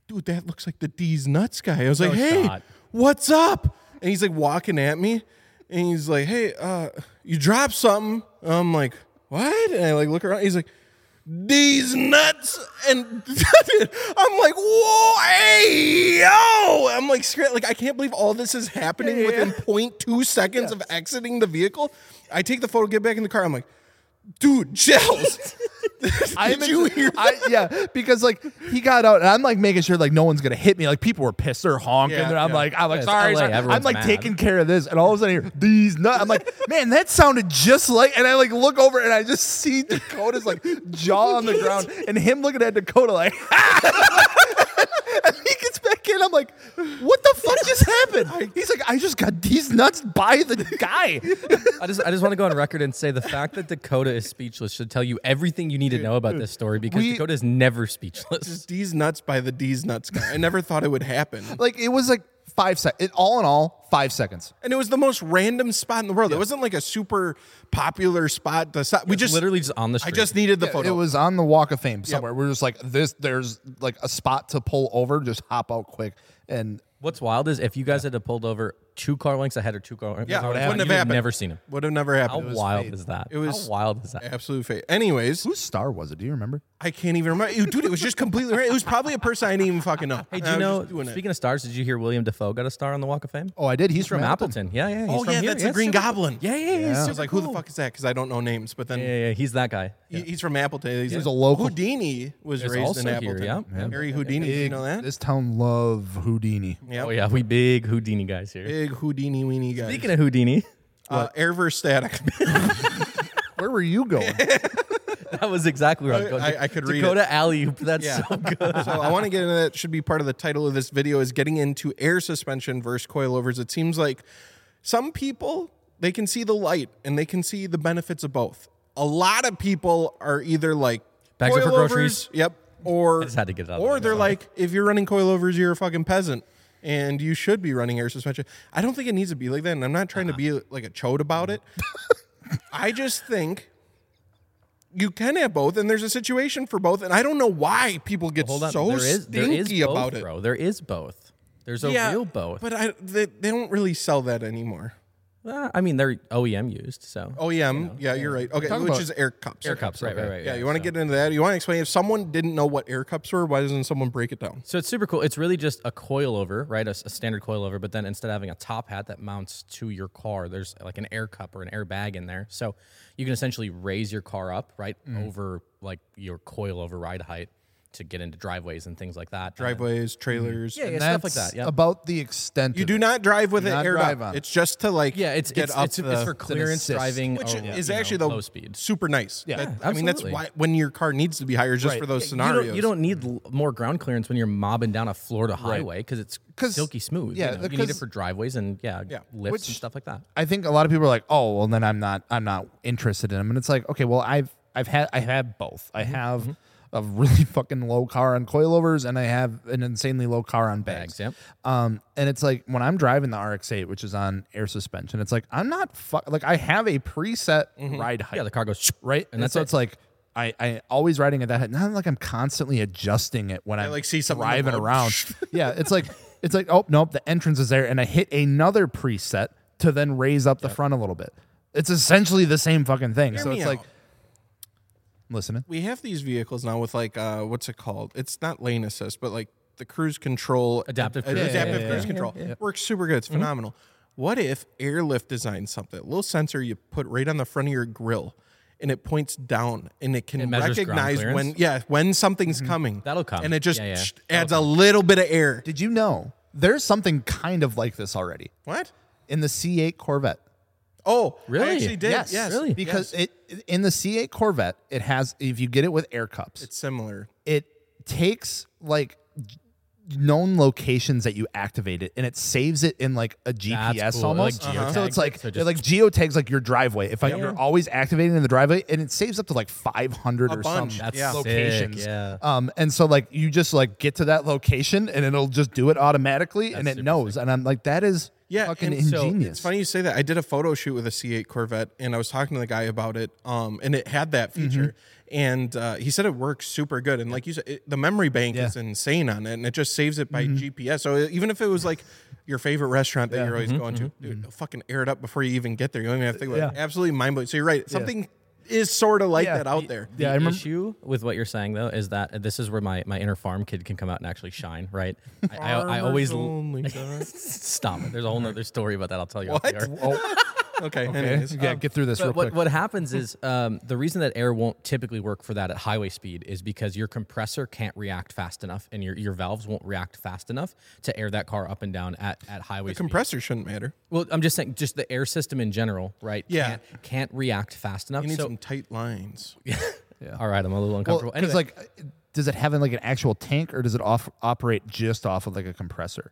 Speaker 1: dude, that looks like the D's nuts guy. I was like,
Speaker 3: it's
Speaker 1: hey,
Speaker 3: not.
Speaker 1: what's up? And he's like walking at me and he's like, hey, uh, you dropped something. I'm like, what? And I like look around. He's like, these nuts and <laughs> I'm like, whoa, hey, yo. I'm like, scra- like I can't believe all this is happening within 0.2 seconds of exiting the vehicle. I take the photo, get back in the car. I'm like, dude,
Speaker 3: <laughs>
Speaker 1: gels.
Speaker 2: I'm
Speaker 1: <laughs>
Speaker 2: <laughs>
Speaker 1: Did you
Speaker 2: ex-
Speaker 1: hear
Speaker 2: I, yeah, because like he got out, and I'm like making sure like no one's gonna hit me. Like people were pissed, they're honking.
Speaker 1: Yeah,
Speaker 2: and I'm
Speaker 1: yeah.
Speaker 2: like, I'm like,
Speaker 3: it's
Speaker 2: sorry,
Speaker 3: LA,
Speaker 2: sorry. I'm
Speaker 3: everyone's
Speaker 2: like
Speaker 3: mad.
Speaker 2: taking care of this, and all of a sudden I hear these nuts. I'm like, man, that sounded just like. And I like look over, and I just see Dakota's like jaw on the ground, and him looking at Dakota like. <laughs> and He gets back in. I'm like, what the fuck just
Speaker 1: <laughs>
Speaker 2: happened? He's like, I just got these nuts by the guy.
Speaker 3: I just, I just want to go on record and say the fact that Dakota is speechless should tell you everything you need to know about this story because
Speaker 2: We-
Speaker 3: Dakota is never speechless.
Speaker 1: D's nuts by the D's nuts guy. I never thought it would happen.
Speaker 2: Like it was like five seconds. All in all, five seconds.
Speaker 1: And it was the most random spot in the world. It wasn't like a super popular spot. To stop. <laughs> We just
Speaker 3: literally just on the
Speaker 1: I
Speaker 3: street.
Speaker 1: just needed the photo.
Speaker 2: It was on the Walk of Fame somewhere. We're just like this. There's like a spot to pull over. Just hop out quick. And
Speaker 3: What's wild is if you guys had to pulled over two car lengths ahead or two car lengths,
Speaker 1: yeah,
Speaker 3: ahead,
Speaker 1: wouldn't
Speaker 3: you'd
Speaker 1: have happened.
Speaker 3: Never seen him.
Speaker 1: Would have never
Speaker 3: How
Speaker 1: happened. It was
Speaker 3: wild
Speaker 1: fate.
Speaker 3: is that?
Speaker 1: It was
Speaker 3: How wild is that?
Speaker 1: absolute fate. Anyways,
Speaker 2: whose star was it? Do you remember?
Speaker 1: I can't even remember. Ew, Dude, it was just completely random. It was probably a person I didn't even fucking know.
Speaker 3: <laughs> Hey, do you know? Speaking of stars, did you hear William Defoe got a star on the Walk of Fame?
Speaker 2: Oh, I did. He's,
Speaker 3: from Appleton. Yeah, yeah. He's
Speaker 1: oh
Speaker 3: from
Speaker 1: yeah,
Speaker 3: here.
Speaker 1: that's the Green
Speaker 3: super-
Speaker 1: Goblin.
Speaker 3: Yeah, yeah, yeah. he's
Speaker 1: I was
Speaker 3: super
Speaker 1: like, who the
Speaker 3: cool.
Speaker 1: fuck is that? Because I don't know names. But then
Speaker 3: Yeah, yeah, yeah, he's that guy.
Speaker 1: he- he's from Appleton. He's
Speaker 2: was a local.
Speaker 1: Houdini was
Speaker 3: Is
Speaker 1: raised in
Speaker 3: also here,
Speaker 1: Appleton.
Speaker 3: yeah. Yeah.
Speaker 1: Harry Houdini.
Speaker 2: Big,
Speaker 1: did you know that?
Speaker 2: This town love Houdini.
Speaker 1: Yep.
Speaker 3: Oh yeah, we big Houdini guys here.
Speaker 1: Big Houdini weenie guy.
Speaker 3: Speaking of Houdini,
Speaker 1: uh, air versus static.
Speaker 2: Where were you going?
Speaker 3: that was exactly right.
Speaker 1: I- I could read
Speaker 3: Dakota Alley. That's so good.
Speaker 1: <laughs> so I want to get into that. Should be part of the title of this video is getting into air suspension versus coilovers. It seems like some people they can see the light and they can see the benefits of both. A lot of people are either like
Speaker 3: Bags up for
Speaker 1: coilovers,
Speaker 3: groceries.
Speaker 1: Yep. Or
Speaker 3: just had to get it out of
Speaker 1: or
Speaker 3: the way,
Speaker 1: they're like, if you're running coilovers, you're a fucking peasant. And you should be running air suspension. I don't think it needs to be like that. And I'm not trying to be
Speaker 3: Uh-huh.
Speaker 1: like a chode about it. I just think you can have both, and there's a situation for both. And I don't know why people get
Speaker 3: Hold on.
Speaker 1: so
Speaker 3: there is there
Speaker 1: stinky
Speaker 3: is both,
Speaker 1: about it.
Speaker 3: bro. There is both. There's a real both.
Speaker 1: but I, they, they don't really sell that anymore.
Speaker 3: Uh, I mean, they're OEM used, so
Speaker 1: OEM, Oh, yeah, you're right. Okay,
Speaker 2: talking
Speaker 1: which
Speaker 2: about
Speaker 1: is air cups.
Speaker 3: air cups, right, right, right.
Speaker 1: Yeah, you want to get into that? You want to explain if someone didn't know what air cups were, why doesn't someone break it down?
Speaker 3: So it's super cool. It's really just a coilover, right? A, s- a standard coilover, but then instead of having a top hat that mounts to your car, there's like an air cup or an airbag in there. So you can essentially raise your car up, right,
Speaker 1: Mm.
Speaker 3: over like your coilover ride height to get into driveways and things like that. And then-
Speaker 1: Driveways, trailers.
Speaker 3: Mm-hmm. yeah,
Speaker 1: and
Speaker 3: yeah, stuff like
Speaker 2: That's
Speaker 3: that. Yeah,
Speaker 2: About the extent.
Speaker 1: You
Speaker 2: of
Speaker 1: do
Speaker 2: it.
Speaker 1: not drive with it
Speaker 2: not
Speaker 1: aired
Speaker 2: drive
Speaker 1: up.
Speaker 2: on it.
Speaker 1: It's just to like
Speaker 3: yeah. It's
Speaker 1: get
Speaker 3: it's
Speaker 1: up
Speaker 3: it's,
Speaker 1: the,
Speaker 3: it's for clearance
Speaker 2: assist.
Speaker 3: driving,
Speaker 1: which
Speaker 3: or,
Speaker 1: is
Speaker 3: you know,
Speaker 1: actually the
Speaker 3: low speed.
Speaker 1: super nice. Yeah, I mean that's
Speaker 3: absolutely.
Speaker 1: why when your car needs to be higher, just
Speaker 2: Right.
Speaker 1: for those
Speaker 2: Yeah,
Speaker 3: You
Speaker 1: scenarios.
Speaker 3: don't, you don't need l- more ground clearance when you're mobbing down a Florida highway because it's
Speaker 2: 'Cause-
Speaker 3: silky smooth.
Speaker 2: yeah,
Speaker 3: you, know? You need it
Speaker 2: because-
Speaker 3: for driveways and yeah, lifts
Speaker 2: Which-
Speaker 3: and stuff like that.
Speaker 2: I think a lot of people are like, oh, well, then I'm not, I'm not interested in them. And it's like, okay, well, I've, I've had, I have both.
Speaker 3: Mm-hmm,
Speaker 2: I have a really <laughs> fucking low car on coilovers, and I have an insanely low car on bags.
Speaker 3: Bags, yep.
Speaker 2: Um, and it's like when I'm driving the RX-8, which is on air suspension, it's like I'm not fuck, like I have a preset
Speaker 1: Mm-hmm.
Speaker 2: ride height
Speaker 3: Yeah, the car goes <laughs>
Speaker 2: right? And,
Speaker 3: that's
Speaker 2: so
Speaker 3: it.
Speaker 2: it's like I, I always riding at that height. Not like I'm constantly adjusting it when I
Speaker 1: like, see something in the
Speaker 2: driving
Speaker 1: road. <laughs>
Speaker 2: around. yeah, it's like it's like oh nope, the entrance is there, and I hit another preset to then raise up the front a little bit. It's essentially the same fucking thing. so
Speaker 1: me
Speaker 2: it's
Speaker 1: out.
Speaker 2: like I'm listening.
Speaker 1: we have these vehicles now with like uh, what's it called? It's not lane assist, but like the cruise control,
Speaker 3: Adaptive
Speaker 1: ad-
Speaker 3: cruise. Yeah,
Speaker 1: adaptive
Speaker 3: yeah, yeah,
Speaker 1: cruise
Speaker 3: yeah. Mm-hmm.
Speaker 1: control works super good. It's phenomenal. What if Airlift designed something? A little sensor you put right on the front of your grill, and it points down and it can
Speaker 3: It measures ground
Speaker 1: recognize when
Speaker 3: clearance? Mm-hmm.
Speaker 1: yeah when something's coming.
Speaker 3: That'll come.
Speaker 1: and it just
Speaker 3: Yeah, yeah.
Speaker 1: sh- adds a little bit of air.
Speaker 2: Did you know there's something kind of like this already
Speaker 1: What?
Speaker 2: in the C8 Corvette?
Speaker 1: Oh,
Speaker 3: Really?
Speaker 1: I actually did.
Speaker 2: yes,
Speaker 1: Yes,
Speaker 3: Really?
Speaker 2: Because it in the C8 Corvette, it has if you get it with air cups,
Speaker 1: it's similar.
Speaker 2: it takes like known locations that you activate it and it saves it in like a GPS
Speaker 3: cool. It, like,
Speaker 2: almost.
Speaker 3: Uh-huh.
Speaker 2: So it's
Speaker 3: geotags
Speaker 2: like
Speaker 3: it, so
Speaker 2: it,
Speaker 3: just-
Speaker 2: like geotags like your driveway. If I, you're always activating in the driveway and it saves up to like 500 or
Speaker 1: bunch.
Speaker 2: some
Speaker 1: That's Yeah.
Speaker 3: sick,
Speaker 2: locations.
Speaker 3: yeah.
Speaker 2: Um and so like you just like get to that location and it'll just do it automatically and it
Speaker 3: super
Speaker 2: knows and I'm like that is
Speaker 1: Yeah,
Speaker 2: fucking
Speaker 1: and so
Speaker 2: ingenious.
Speaker 1: It's funny you say that. I did a photo shoot with a C8 Corvette, and I was talking to the guy about it, um, and it had that
Speaker 3: Mm-hmm.
Speaker 1: feature, and uh, he said it works super good. And like you said, it, the memory bank is insane on it, and it just saves it by
Speaker 3: Mm-hmm.
Speaker 1: GPS. So e, even if it was like your favorite restaurant that you're always
Speaker 3: Mm-hmm.
Speaker 1: going to, dude, it'll fucking air it up before you even get there. You don't even have to think about it.
Speaker 2: Yeah.
Speaker 1: Absolutely mind blowing. So you're right. Something is sort of like
Speaker 2: Yeah.
Speaker 1: that out there.
Speaker 2: Yeah,
Speaker 3: the
Speaker 2: I remember-
Speaker 3: issue with what you're saying though is that and this is where my, my inner farm kid can come out and actually shine, right? I, I, I always <laughs> stop. it. There's a whole nother story about that. I'll tell you. off
Speaker 2: <laughs>
Speaker 3: the air.
Speaker 1: <laughs> okay.
Speaker 2: Okay,
Speaker 3: <laughs>
Speaker 1: Anyways,
Speaker 2: Oh, yeah, get through this real
Speaker 3: But what,
Speaker 2: quick.
Speaker 3: what happens is um, the reason that air won't typically work for that at highway speed is because your compressor can't react fast enough and your, your valves won't react fast enough to air that car up and down at, at highway speed.
Speaker 1: compressor shouldn't matter.
Speaker 3: well, I'm just saying, just the air system in general, right?
Speaker 1: Yeah.
Speaker 3: Can't, can't react fast enough.
Speaker 1: You need
Speaker 3: so,
Speaker 1: some tight lines.
Speaker 3: all right, I'm a little
Speaker 2: Well,
Speaker 3: uncomfortable.
Speaker 2: 'cause, like, uh, does it have like an actual tank, or does it off- operate just off of like a compressor?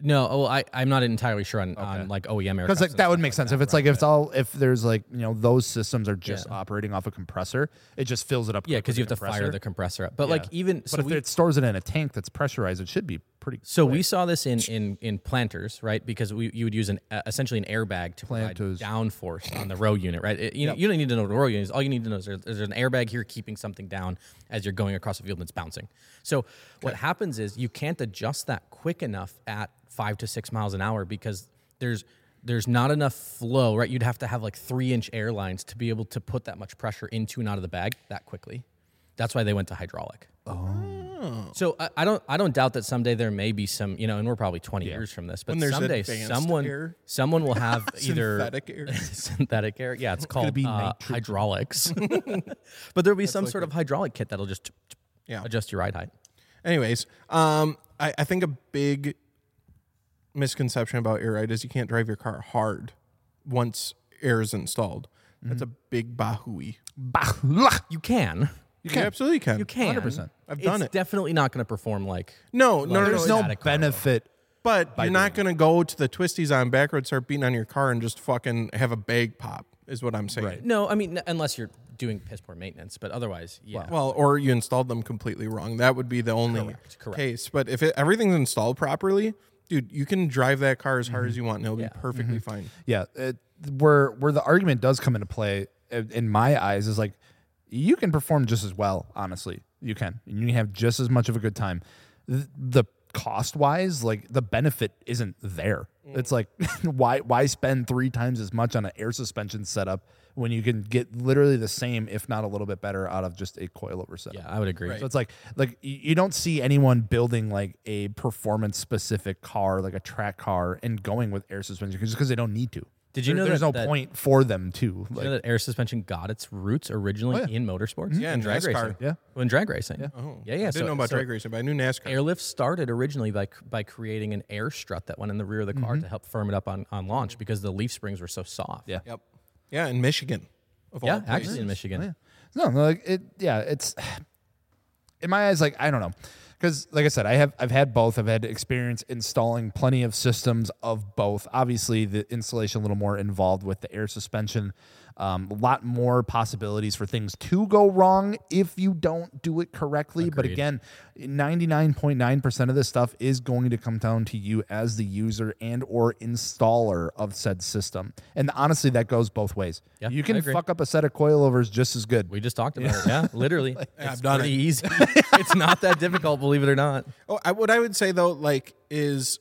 Speaker 3: No, oh, I, I'm not entirely sure on, on like OEM air.
Speaker 2: Because like that would make sense if it's like if it's all if there's like you know those systems are just operating off a compressor, it just fills it up.
Speaker 3: yeah,
Speaker 2: quick with
Speaker 3: because you have
Speaker 2: the
Speaker 3: to fire the compressor up. But like even so,
Speaker 2: But if
Speaker 3: we,
Speaker 2: it stores it in a tank that's pressurized, it should be pretty.
Speaker 3: so we saw this in in in planters, right? Because we you would use an uh, essentially an airbag to provide
Speaker 2: Planters.
Speaker 3: downforce on the row unit, right? It- you, you don't need to know what a row unit is. All you need to know is there- there's an airbag here keeping something down as you're going across the field and it's bouncing. So what happens is you can't adjust that quick enough at five to six miles an hour because there's there's not enough flow, right? You'd have to have like three inch airlines to be able to put that much pressure into and out of the bag that quickly. That's why they went to hydraulic. So I, I don't I don't doubt that someday there may be some you know, and we're probably twenty years from this, but
Speaker 1: there's
Speaker 3: someday
Speaker 1: advanced
Speaker 3: someone
Speaker 1: air.
Speaker 3: someone
Speaker 1: <laughs>
Speaker 3: will have either
Speaker 1: Synthetic air.
Speaker 3: <laughs> synthetic air. Yeah, it's called
Speaker 2: be
Speaker 3: uh,
Speaker 1: <laughs>
Speaker 2: nitrogen.
Speaker 3: hydraulics. <laughs> but there'll be some sort of hydraulic kit that'll just
Speaker 1: Yeah.
Speaker 3: adjust your ride height.
Speaker 1: Anyways, um, I, I think a big misconception about air ride is you can't drive your car hard once air is installed. That's
Speaker 3: Mm-hmm.
Speaker 1: a big bahui.
Speaker 3: You can.
Speaker 1: You can absolutely can.
Speaker 3: You can.
Speaker 2: 100%.
Speaker 1: I've done
Speaker 3: It's
Speaker 1: it.
Speaker 3: definitely not going to perform like
Speaker 1: No, no, no,
Speaker 2: There's
Speaker 1: no,
Speaker 2: no
Speaker 3: Not a car,
Speaker 2: benefit.
Speaker 1: But you're not gonna go to the twisties on back road, start beating on your car, and just fucking have a bag pop. Is what I'm saying.
Speaker 3: no. I mean, n- unless you're doing piss poor maintenance, but otherwise, yeah.
Speaker 1: Well, or you installed them completely wrong. That would be the only
Speaker 3: correct.
Speaker 1: case. But if it, everything's installed properly, dude, you can drive that car as hard
Speaker 3: Mm-hmm.
Speaker 1: as you want, and it'll be perfectly fine.
Speaker 2: Yeah, it, where where the argument does come into play i- in my eyes is like you can perform just as well. Honestly, you can. You can have just as much of a good time. Th- The cost wise, like the benefit isn't there. It's like <laughs> why why spend three times as much on an air suspension setup when you can get literally the same, if not a little bit better, out of just a coilover setup.
Speaker 3: yeah, I would agree.
Speaker 2: So it's like like y- you don't see anyone building like a performance specific car, like a track car, and going with air suspension just because they don't need to.
Speaker 3: Did you know
Speaker 2: there's
Speaker 3: that-
Speaker 2: no
Speaker 3: that-
Speaker 2: point for them to?
Speaker 3: You know
Speaker 2: Like,
Speaker 3: that air suspension got its roots originally in motorsports?
Speaker 1: Oh, Yeah, in
Speaker 3: in drag
Speaker 1: NASCAR.
Speaker 3: racing.
Speaker 2: Yeah.
Speaker 3: Well, in drag racing. Yeah. yeah, yeah.
Speaker 1: I didn't
Speaker 3: so,
Speaker 1: know about
Speaker 3: so
Speaker 1: drag racing, but I knew NASCAR.
Speaker 3: Airlift started originally by by creating an air strut that went in the rear of the car to help firm it up on, on launch because the leaf springs were so soft.
Speaker 2: Yeah.
Speaker 1: Yep. Yeah, in Michigan. Of
Speaker 3: Oh, Yeah,
Speaker 1: all places.
Speaker 3: actually in Michigan.
Speaker 2: no, no, like it. Yeah, it's <sighs> in my eyes. Like I don't know, because like I said, I have I've had both. I've had experience installing plenty of systems of both. Obviously, the installation a little more involved with the air suspension. Um, a lot more possibilities for things to go wrong if you don't do it correctly. But again, ninety nine point nine percent of this stuff is going to come down to you as the user and or installer of said system. And honestly, that goes both ways.
Speaker 3: Yeah,
Speaker 2: you
Speaker 3: I
Speaker 2: can
Speaker 3: agree.
Speaker 2: fuck up a set of coilovers just as good.
Speaker 3: We just talked about it. Yeah, <laughs> literally. it's
Speaker 1: I've done <laughs>
Speaker 3: pretty easy. it's not that difficult, believe it or not. <laughs>
Speaker 1: Oh, I, what I would say though, like, is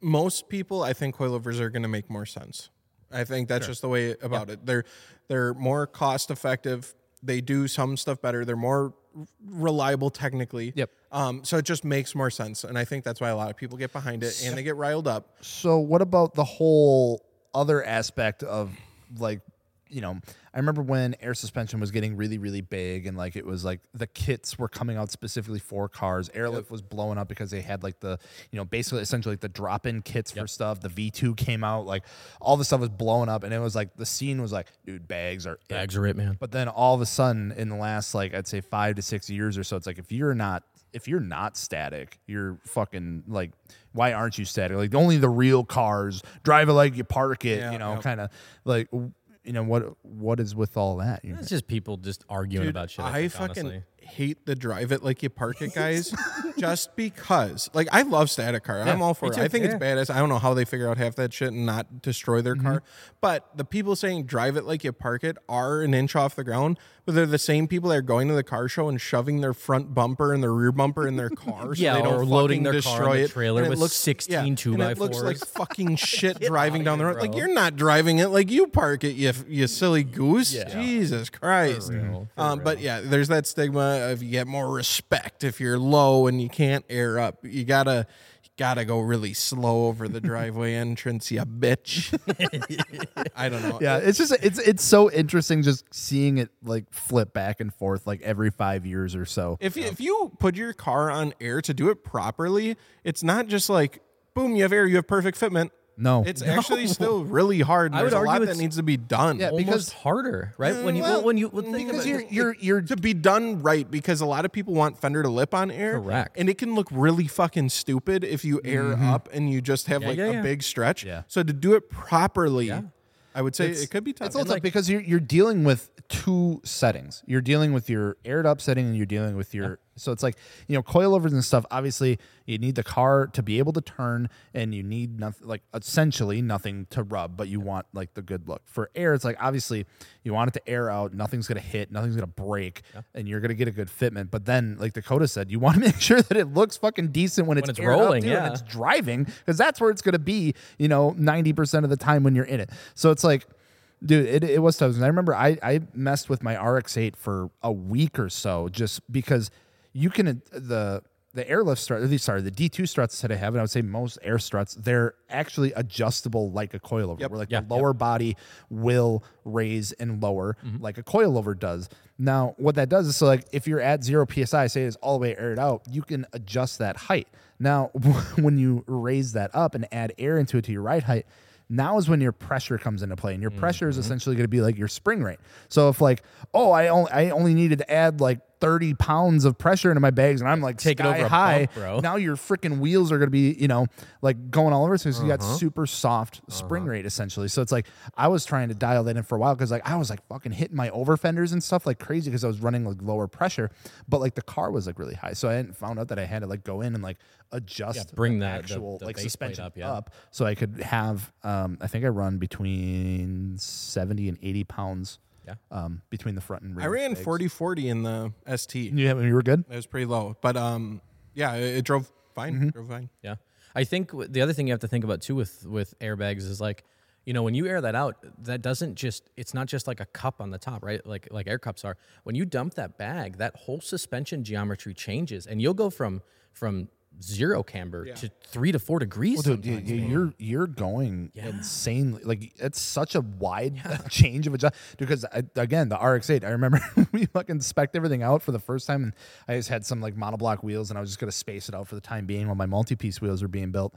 Speaker 1: most people, I think coilovers are going to make more sense. I think that's just the way about it. They're they're more cost effective. They do some stuff better. They're more r- reliable technically.
Speaker 2: Yep.
Speaker 1: Um, so it just makes more sense, and I think that's why a lot of people get behind it and they get riled up.
Speaker 2: So what about the whole other aspect of like you know, I remember when air suspension was getting really, really big, and like it was like the kits were coming out specifically for cars. Airlift was blowing up because they had like the, you know, basically essentially like the drop in kits for stuff. The V2 came out, like all the stuff was blowing up, and it was like the scene was like, dude, bags are it.
Speaker 3: Bags are it, man.
Speaker 2: But then all of a sudden, in the last like I'd say five to six years or so, it's like if you're not if you're not static, you're fucking like why aren't you static? Like only the real cars drive it like you park it, you know, kind of like w- you know what what is with all that? You know?
Speaker 3: It's just people just arguing about shit. I,
Speaker 1: I
Speaker 3: think,
Speaker 1: fucking
Speaker 3: honestly.
Speaker 1: hate the drive it like you park it guys just because like I love static car. I'm all for it. I think it's badass. I don't know how they figure out half that shit and not destroy their car. But the people saying drive it like you park it are an inch off the ground, but they're the same people that are going to the car show and shoving their front bumper and their rear bumper in their car
Speaker 3: <laughs>
Speaker 1: so
Speaker 3: Yeah,
Speaker 1: they don't
Speaker 3: or loading
Speaker 1: fucking
Speaker 3: their car
Speaker 1: destroy
Speaker 3: in the
Speaker 1: it.
Speaker 3: trailer
Speaker 1: And it
Speaker 3: with
Speaker 1: looks
Speaker 3: 16
Speaker 1: yeah,
Speaker 3: two
Speaker 1: and
Speaker 3: by
Speaker 1: it looks like
Speaker 3: fours.
Speaker 1: fucking shit driving down the road. Like you're not driving it like you park it, you you silly goose. Jesus Christ.
Speaker 3: Mm-hmm.
Speaker 1: Um, but yeah, there's that stigma of you get more respect if you're low and you can't air up. You gotta you gotta go really slow over the driveway entrance, you bitch. I don't know.
Speaker 2: yeah, it's just it's it's so interesting just seeing it like flip back and forth like every five years or so.
Speaker 1: If you, if you put your car on air to do it properly, it's not just like boom, you have air, you have perfect fitment.
Speaker 2: No.
Speaker 1: It's actually still really hard. And
Speaker 3: I would
Speaker 1: there's a lot
Speaker 3: argue
Speaker 1: that
Speaker 3: it's-
Speaker 1: needs to be done.
Speaker 2: Yeah,
Speaker 3: Almost
Speaker 2: because-
Speaker 3: harder, right? When you
Speaker 1: Well,
Speaker 3: well, when you well, think
Speaker 1: because
Speaker 3: about
Speaker 1: you're
Speaker 3: it.
Speaker 1: you're you're to be done right because a lot of people want fender to lip on air
Speaker 3: Correct.
Speaker 1: and it can look really fucking stupid if you air up and you just have like
Speaker 3: yeah,
Speaker 1: a
Speaker 3: yeah.
Speaker 1: big stretch
Speaker 2: Yeah.
Speaker 1: so to do it properly i would say it could be tough
Speaker 2: It's also because you're you're dealing with two settings. You're dealing with your aired up setting and you're dealing with your so it's like you know coilovers and stuff. Obviously, you need the car to be able to turn, and you need nothing like essentially nothing to rub, but you want like the good look. For air, it's like obviously you want it to air out. Nothing's gonna hit, nothing's gonna break, and you're gonna get a good fitment. But then, like Dakota said, you want to <laughs> make sure that it looks fucking decent when,
Speaker 3: it's
Speaker 2: aired up,
Speaker 3: rolling,
Speaker 2: too, and
Speaker 3: yeah.
Speaker 2: it's driving because that's where it's going to be, you know, 90% of the time when you're in it. So it's like, dude, it, it was tough. And I remember I, I messed with my RX8 for a week or so just because you can, uh, the, the airlift strut, or the- sorry, the D2 struts that I have, and I would say most air struts, they're actually adjustable like a coilover. Where like
Speaker 3: Yeah,
Speaker 2: the lower body will raise and lower
Speaker 3: Mm-hmm.
Speaker 2: like a coilover does. Now, what that does is so like if you're at zero psi, say it's all the way aired out, you can adjust that height. Now, <laughs> when you raise that up and add air into it to your ride height, now is when your pressure comes into play, and your pressure is
Speaker 3: Mm-hmm.
Speaker 2: essentially going to be like your spring rate. So if like, oh, I only I only needed to add like thirty pounds of pressure into my bags, and I'm like
Speaker 3: Take it
Speaker 2: sky
Speaker 3: over a
Speaker 2: high,
Speaker 3: bump, bro.
Speaker 2: now your freaking wheels are going to be, you know, like going all over. So you
Speaker 3: Uh-huh.
Speaker 2: got super soft spring rate essentially. So it's like I was trying to dial that in for a while because like I was like fucking hitting my over fenders and stuff like crazy because I was running like lower pressure, but like the car was like really high. So I hadn't found out that I had to like go in and like adjust
Speaker 3: bring
Speaker 2: the
Speaker 3: that- the-
Speaker 2: actual
Speaker 3: the
Speaker 2: like
Speaker 3: base plate
Speaker 2: suspension up,
Speaker 3: up, yeah.
Speaker 2: so I could have. Um, I think I run between seventy and eighty pounds.
Speaker 3: Yeah.
Speaker 2: Um, between the front and rear.
Speaker 1: i ran
Speaker 2: legs.
Speaker 1: 40 40 in the st
Speaker 2: You, you were good.
Speaker 1: it was pretty low but um yeah it, it drove fine drove fine
Speaker 3: Yeah, I think w- the other thing you have to think about too with with airbags is like, you know, when you air that out, that doesn't just it's not just like a cup on the top, right? Like like air cups are. When you dump that bag, that whole suspension geometry changes, and you'll go from from zero camber to three to four degrees.
Speaker 2: Dude, yeah,
Speaker 3: sometimes,
Speaker 2: yeah,
Speaker 3: man.
Speaker 2: you're you're going insanely like it's such a wide <laughs> change of a job because I, again the RX8 I remember <laughs> we fucking spec everything out for the first time and I just had some like monoblock wheels and I was just gonna space it out for the time being while my multi-piece wheels were being built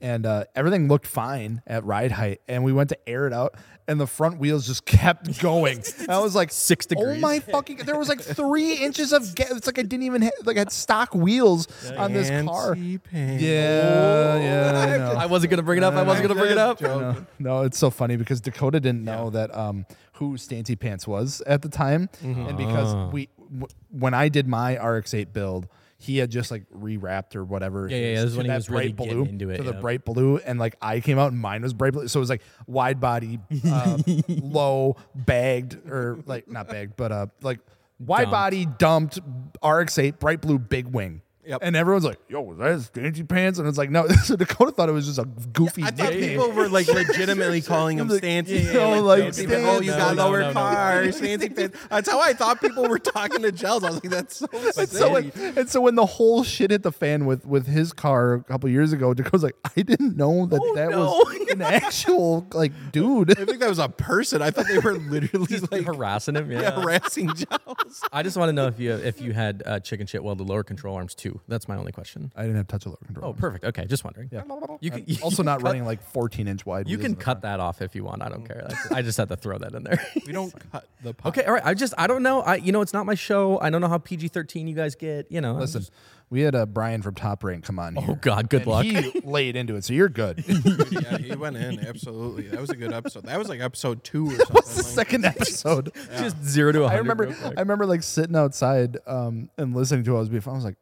Speaker 2: and uh, everything looked fine at ride height and we went to air it out and the front wheels just
Speaker 3: <laughs>
Speaker 2: kept going I was like
Speaker 3: Six
Speaker 2: oh
Speaker 3: degrees.
Speaker 2: my fucking there was like three inches of ga- it's like I didn't even ha- like I had stock wheels on this car
Speaker 1: Fancy pants.
Speaker 2: yeah yeah I know.
Speaker 3: <laughs> I wasn't gonna bring it up. I wasn't gonna bring it up. <laughs>
Speaker 2: No, no, it's so funny because Dakota didn't know that um, who Stancy Pants was at the time,
Speaker 3: Mm-hmm.
Speaker 2: and because we w- when I did my RX8 build, he had just like rewrapped or whatever.
Speaker 3: yeah,
Speaker 2: his
Speaker 3: yeah, this is
Speaker 2: to
Speaker 3: when he
Speaker 2: that
Speaker 3: was really
Speaker 2: bright
Speaker 3: getting
Speaker 2: blue
Speaker 3: into it,
Speaker 2: to the
Speaker 3: yeah.
Speaker 2: bright blue, and like I came out and mine was bright blue, so it was like wide body,
Speaker 3: <laughs>
Speaker 2: uh, low bagged or like not bagged, but uh like wide body dumped RX8 bright blue big wing.
Speaker 1: Yep.
Speaker 2: And everyone's like, "Yo, that's Stingy Pants," and it's like, "No." <laughs> So Dakota thought it was just a goofy
Speaker 1: I thought
Speaker 2: nickname.
Speaker 1: people were like legitimately calling <laughs> him
Speaker 2: Like,
Speaker 1: Stancy.
Speaker 2: you
Speaker 1: Yeah,
Speaker 2: know,
Speaker 1: like,
Speaker 2: like,
Speaker 1: Stancy Pants. oh, you
Speaker 2: Stan-
Speaker 1: got
Speaker 2: No,
Speaker 1: lower
Speaker 4: no, no, no.
Speaker 1: car, Stancy Pants. That's how I thought people were talking to Gels. I was like, that's <laughs> so.
Speaker 2: And
Speaker 1: sick.
Speaker 2: so, when, and so when the whole shit hit the fan with with his car a couple years ago, Dakota's like, I didn't know that
Speaker 3: Oh,
Speaker 2: that was an actual like
Speaker 1: I
Speaker 3: <laughs>
Speaker 2: dude.
Speaker 1: think that was a person. I thought they were literally like
Speaker 3: harassing him. <laughs>
Speaker 1: <laughs>
Speaker 3: Yeah.
Speaker 1: harassing Gels.
Speaker 3: I just want to know if you if you had uh, chicken shit welded lower control arms too. That's my only question.
Speaker 2: I didn't have touch alert control.
Speaker 3: Oh, perfect. Okay, just wondering. Yeah. You can <laughs> you
Speaker 2: <laughs> Uh, also
Speaker 3: can
Speaker 2: not
Speaker 3: cut-
Speaker 2: running like 14 inch wide.
Speaker 3: You
Speaker 2: wheels
Speaker 3: can
Speaker 2: in the
Speaker 3: cut that off if you want. I
Speaker 2: Mm.
Speaker 3: don't care. That's, I just had to throw that in
Speaker 2: <laughs>
Speaker 3: there.
Speaker 1: We don't cut the podcast.
Speaker 3: <laughs> okay. All right. I just I don't know. I you know it's not my show. I don't know how PG thirteen you guys get. You know. I'm
Speaker 2: Listen,
Speaker 3: just-
Speaker 2: we had uh, Brian from Top Rank come on.
Speaker 3: oh God. Oh Good luck. <laughs>
Speaker 2: He laid into it, so you're good.
Speaker 1: Yeah, he went in absolutely. That was a good episode. That was like episode two <laughs> or something.
Speaker 2: That's the second episode.
Speaker 3: <laughs> Just zero to.
Speaker 2: I
Speaker 3: 100
Speaker 2: remember.
Speaker 3: real quick.
Speaker 2: I remember like sitting outside um, and listening to what I was being. I was like,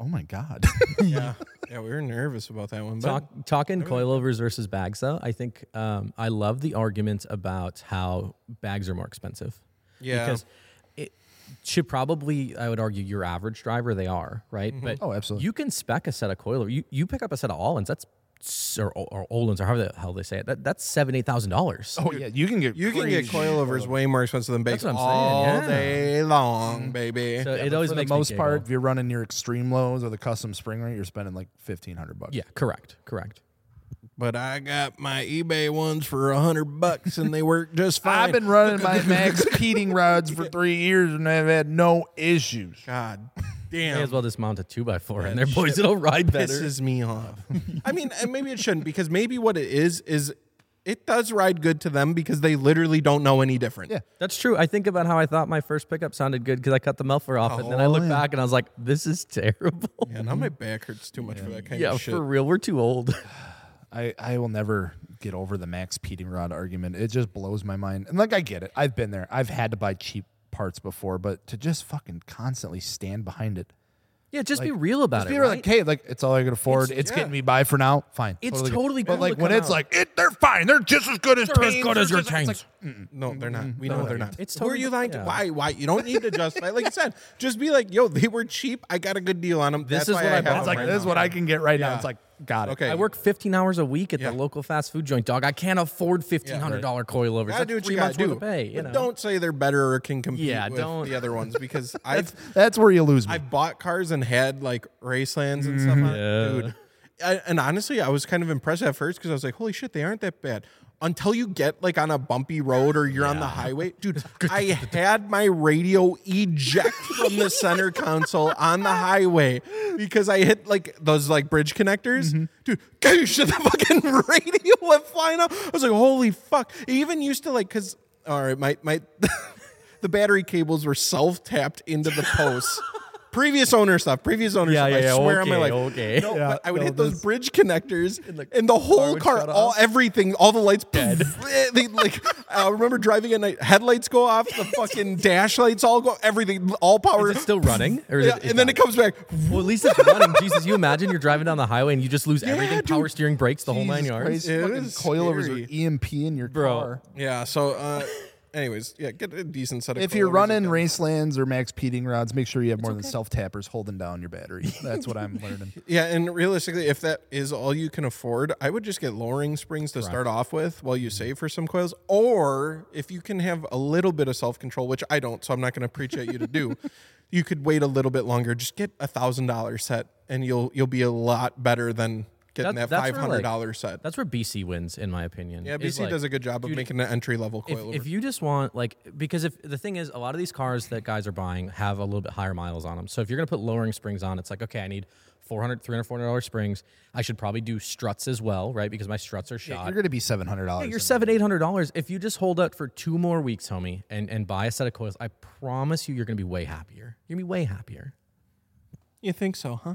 Speaker 2: oh my god. <laughs>
Speaker 1: yeah, yeah, we were nervous about that one. But
Speaker 3: Talk, talking coilovers versus bags, though, I think um, I love the argument about how bags are more expensive.
Speaker 1: Yeah.
Speaker 3: Because it should probably, I would argue, your average driver, they are, right? But
Speaker 2: Oh, absolutely.
Speaker 3: You can spec a set of coilovers. You, you pick up a set of Allens, that's, or, or Olens, or however the hell they say it, that, that's seven, $8,000.
Speaker 2: oh yeah, you can get
Speaker 1: you can get
Speaker 2: crazy.
Speaker 1: coilovers way more expensive than bakes
Speaker 3: what I'm saying,
Speaker 1: all
Speaker 3: yeah.
Speaker 1: day long, baby.
Speaker 3: So it
Speaker 2: But
Speaker 3: always
Speaker 2: for
Speaker 3: makes
Speaker 2: the
Speaker 3: me
Speaker 2: most part,
Speaker 3: giggle.
Speaker 2: if you're running your extreme lows or the custom spring rate, you're spending like fifteen hundred bucks.
Speaker 3: Yeah, correct, correct.
Speaker 1: but I got my eBay ones for a hundred bucks, and they work just
Speaker 3: <laughs>
Speaker 1: fine.
Speaker 2: I've been running my <laughs> max heating rods for three years and I've had no issues.
Speaker 1: God
Speaker 3: <laughs> May
Speaker 1: damn.
Speaker 3: as well just mount a two by four in there, boys. It'll ride better.
Speaker 1: pisses me
Speaker 3: <laughs>
Speaker 1: off. I mean, and maybe it shouldn't because maybe what it is is it does ride good to them because they literally don't know any different.
Speaker 2: Yeah.
Speaker 3: That's true. I think about how I thought my first pickup sounded good because I cut the muffler off, and then I
Speaker 2: Oh,
Speaker 3: look
Speaker 2: yeah.
Speaker 3: back and I was like, "This is terrible."
Speaker 1: Yeah, now my back hurts too much for that kind
Speaker 3: <laughs> Mm-hmm. Yeah,
Speaker 1: of shit.
Speaker 3: for real, we're too old.
Speaker 2: I, I will never get over the max heating rod argument. It just blows my mind. And like I get it. I've been there. I've had to buy cheap parts before, but to just fucking constantly stand behind it.
Speaker 3: Yeah, just be real about
Speaker 2: Just
Speaker 3: it.
Speaker 2: be
Speaker 3: right?
Speaker 2: like, hey, like it's all I can afford. It's,
Speaker 1: yeah.
Speaker 2: getting me by for now. Fine.
Speaker 3: It's
Speaker 2: good.
Speaker 3: totally
Speaker 2: But
Speaker 3: cool
Speaker 2: like
Speaker 3: to
Speaker 2: when
Speaker 3: come
Speaker 2: it's
Speaker 3: out.
Speaker 2: like it, they're fine. They're just as good as
Speaker 3: They're as
Speaker 2: Paynes.
Speaker 3: good as
Speaker 2: They're
Speaker 3: your
Speaker 2: just- it's like,
Speaker 3: Paynes.
Speaker 1: No, they're not. We know they're not.
Speaker 3: Mm-hmm. It's
Speaker 1: Who are
Speaker 3: totally-
Speaker 1: you lying
Speaker 3: yeah.
Speaker 1: to? Why? Why? You don't need to justify. Like I said, just be like, yo, they were cheap. I got a good deal on them.
Speaker 3: This
Speaker 1: That's
Speaker 3: is
Speaker 1: why
Speaker 3: what I
Speaker 1: have
Speaker 3: bought.
Speaker 1: them
Speaker 2: It's like
Speaker 1: right
Speaker 2: this is
Speaker 1: now.
Speaker 2: what I can get right now.
Speaker 1: Yeah.
Speaker 2: It's like got it.
Speaker 1: Okay.
Speaker 3: I work 15 hours a week at
Speaker 1: Yeah.
Speaker 3: the local fast food joint, dog. I can't afford $1,500 coilovers.
Speaker 1: Gotta
Speaker 3: That's
Speaker 1: do what
Speaker 3: three
Speaker 1: you gotta
Speaker 3: months worth
Speaker 1: do.
Speaker 3: of pay. You
Speaker 1: But
Speaker 3: know?
Speaker 1: don't say they're better or can compete
Speaker 3: Yeah,
Speaker 1: with
Speaker 3: don't-
Speaker 1: the other ones
Speaker 3: <laughs>
Speaker 1: because I've
Speaker 2: That's where you lose me.
Speaker 1: I've bought cars and had like Racelands and stuff on it. Dude. I, and honestly, I was kind of impressed at first because I was like, holy shit, they aren't that bad. Until you get like on a bumpy road or you're on the highway. Dude, I had my radio eject from the center console on the highway because I hit like those like bridge connectors. Dude, <laughs> gosh, the fucking radio went flying up. I was like, holy fuck. It even used to like, cause, all right, my, my, <laughs> the battery cables were self tapped into the
Speaker 3: <laughs>
Speaker 1: posts. previous owner stuff, previous owner
Speaker 3: Yeah,
Speaker 1: stuff.
Speaker 3: yeah,
Speaker 1: I swear on my
Speaker 3: okay,
Speaker 1: life.
Speaker 3: okay.
Speaker 1: No,
Speaker 2: Yeah,
Speaker 1: but I would
Speaker 2: no,
Speaker 1: hit those
Speaker 2: this-
Speaker 1: bridge connectors and the, whole
Speaker 3: would
Speaker 1: car,
Speaker 3: shut
Speaker 1: all
Speaker 3: off.
Speaker 1: everything, all the
Speaker 3: <laughs>
Speaker 1: lights dead. <laughs> they like I remember driving at night, headlights go off, the
Speaker 3: <laughs>
Speaker 1: fucking dash lights all go, everything, all power.
Speaker 3: Is it still running? Or is
Speaker 1: yeah,
Speaker 3: it,
Speaker 1: and then it comes back. <laughs>
Speaker 3: Well, at least it's running. Jesus, you imagine you're driving down the highway and you just lose everything
Speaker 1: dude.
Speaker 3: power steering, brakes, the whole nine
Speaker 2: Jesus
Speaker 3: yards.
Speaker 2: Christ,
Speaker 1: It
Speaker 2: fucking
Speaker 1: is
Speaker 2: coilovers
Speaker 1: scary.
Speaker 2: or EMP in your
Speaker 3: Bro.
Speaker 2: car.
Speaker 1: Yeah, so uh anyways, yeah, get a decent set of
Speaker 2: If you're
Speaker 1: coilovers
Speaker 2: running
Speaker 1: again.
Speaker 2: Racelands or Max Peating rods, make sure you have more than self tappers holding down your <laughs> battery. That's what I'm learning.
Speaker 1: Yeah, and realistically, if that is all you can afford, I would just get lowering springs to start off with while
Speaker 3: Mm-hmm.
Speaker 1: you save for some coils. Or if you can have a little bit of self control, which I don't, so I'm not going to preach at you to
Speaker 3: <laughs>
Speaker 1: do, you could wait a little bit longer. Just get a thousand dollar set, and you'll you'll be a lot better than getting that,
Speaker 3: That- that's
Speaker 1: five
Speaker 3: where,
Speaker 1: hundred dollar
Speaker 3: like,
Speaker 1: set.
Speaker 3: That's where BC wins, in my opinion.
Speaker 1: Yeah,
Speaker 3: is,
Speaker 1: BC
Speaker 3: like,
Speaker 1: does a good job of making an entry level coil.
Speaker 3: if, if you just want like because if the thing is a lot of these cars that guys are buying have a little bit higher miles on them so if you're going to put lowering springs on it's like okay i need 400 300 400 dollar springs i should probably do struts as well right because my struts are shot
Speaker 2: You're going to be $700.
Speaker 3: Hey,
Speaker 2: in
Speaker 3: you're seven eight hundred dollars if you just hold out for two more weeks homie and and buy a set of coils i promise you you're going to be way happier you're going to be way happier
Speaker 1: you think so, huh?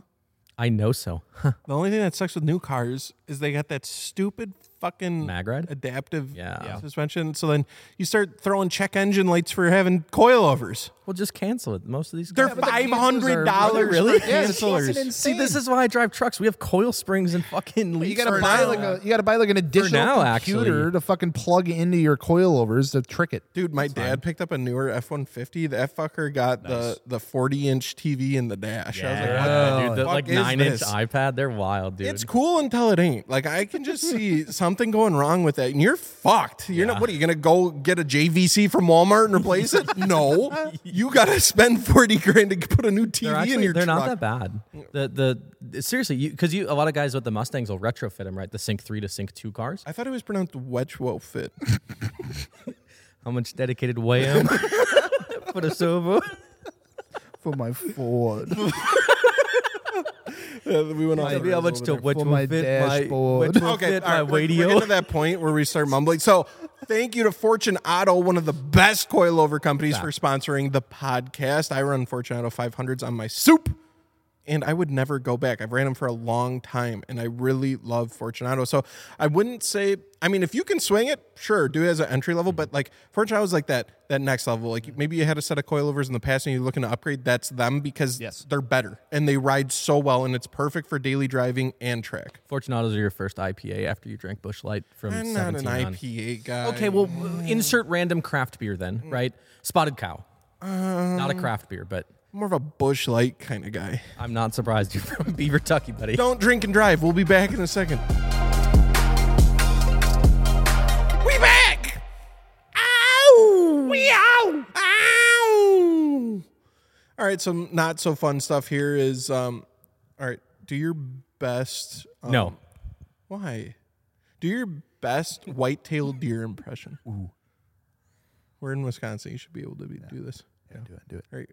Speaker 3: i know so
Speaker 1: The only thing that sucks with new cars is they got that stupid fucking
Speaker 3: Mag ride?
Speaker 1: adaptive
Speaker 3: Yeah. Yeah.
Speaker 1: suspension. So then you start throwing check engine lights for having coilovers.
Speaker 3: Well, just cancel it. Most of these
Speaker 1: They're
Speaker 3: cars-
Speaker 1: five hundred dollars
Speaker 3: Really?
Speaker 1: for
Speaker 2: Yeah, it's fucking
Speaker 1: cancelers.
Speaker 2: insane.
Speaker 3: See, this is why I drive trucks. We have coil springs and fucking
Speaker 2: You
Speaker 3: leaks.
Speaker 2: gotta
Speaker 3: for
Speaker 2: buy
Speaker 3: now.
Speaker 2: like a, you gotta buy like an additional
Speaker 3: now, actually.
Speaker 2: computer to fucking plug into your coilovers to trick it.
Speaker 1: Dude, my dad picked up a newer F one fifty. That fucker got the the forty inch TV in the dash. I was like, what
Speaker 3: Yeah, dude, the,
Speaker 1: fuck
Speaker 3: like
Speaker 1: is
Speaker 3: nine inch
Speaker 1: this?
Speaker 3: iPad, they're wild, dude.
Speaker 1: It's cool until it ain't. Like I can just <laughs> see something going wrong with that, and you're fucked. You're not. What are you gonna go get a JVC from Walmart and replace <laughs> it? No, you gotta spend forty grand to put a new TV
Speaker 3: they're
Speaker 1: in
Speaker 3: actually
Speaker 1: your
Speaker 3: they're
Speaker 1: truck.
Speaker 3: not that bad. The the seriously, because you, a lot of guys with the Mustangs will retrofit them, right? The Sync three to Sync two cars.
Speaker 1: I thought it was pronounced Wedgewell fit.
Speaker 3: How much dedicated <laughs> wham for the servo?
Speaker 2: For my <laughs> Ford.
Speaker 1: Uh, we went off. the
Speaker 3: Maybe how
Speaker 1: rails
Speaker 3: much
Speaker 1: over
Speaker 3: to
Speaker 1: there.
Speaker 3: which
Speaker 2: for
Speaker 3: will
Speaker 2: my
Speaker 3: fit my
Speaker 2: dashboard.
Speaker 3: which will
Speaker 1: Okay,
Speaker 3: fit
Speaker 1: all right,
Speaker 3: my
Speaker 1: we're, we're
Speaker 3: radio.
Speaker 1: getting to that point where we start mumbling. So, thank you to Fortune Auto, one of the best coilover companies, for sponsoring the podcast. I run Fortune Auto 500s on my soup, and I would never go back. I've ran them for a long time, and I really love Fortune Auto. So, I wouldn't say. I mean, if you can swing it, sure, do it as an entry level. But like Fortune Auto is like that that next level. Like maybe you had a set of coilovers in the past, and you're looking to upgrade. That's them because
Speaker 2: Yes.
Speaker 1: they're better and they ride so well, and it's perfect for daily driving and track.
Speaker 3: Fortunatos are your first IPA after you drank Bush Light from
Speaker 1: I'm not an
Speaker 3: 17 on.
Speaker 1: IPA guy.
Speaker 3: Okay, well, w- insert random craft beer then, right? Spotted Cow. not a craft beer, but
Speaker 1: more of a bush light kind of guy.
Speaker 3: I'm not surprised you're from <laughs> Beaver Tucky, buddy.
Speaker 1: Don't drink and drive. We'll be back in a second. We back. Ow. We ow. Ow. All right, some not so fun stuff here is um all right, do your best um,
Speaker 3: No.
Speaker 1: Why? Do your best white-tailed deer impression. Ooh. We're in Wisconsin. You should be able to be, do this. Yeah.
Speaker 2: Do it, do it.
Speaker 1: All right.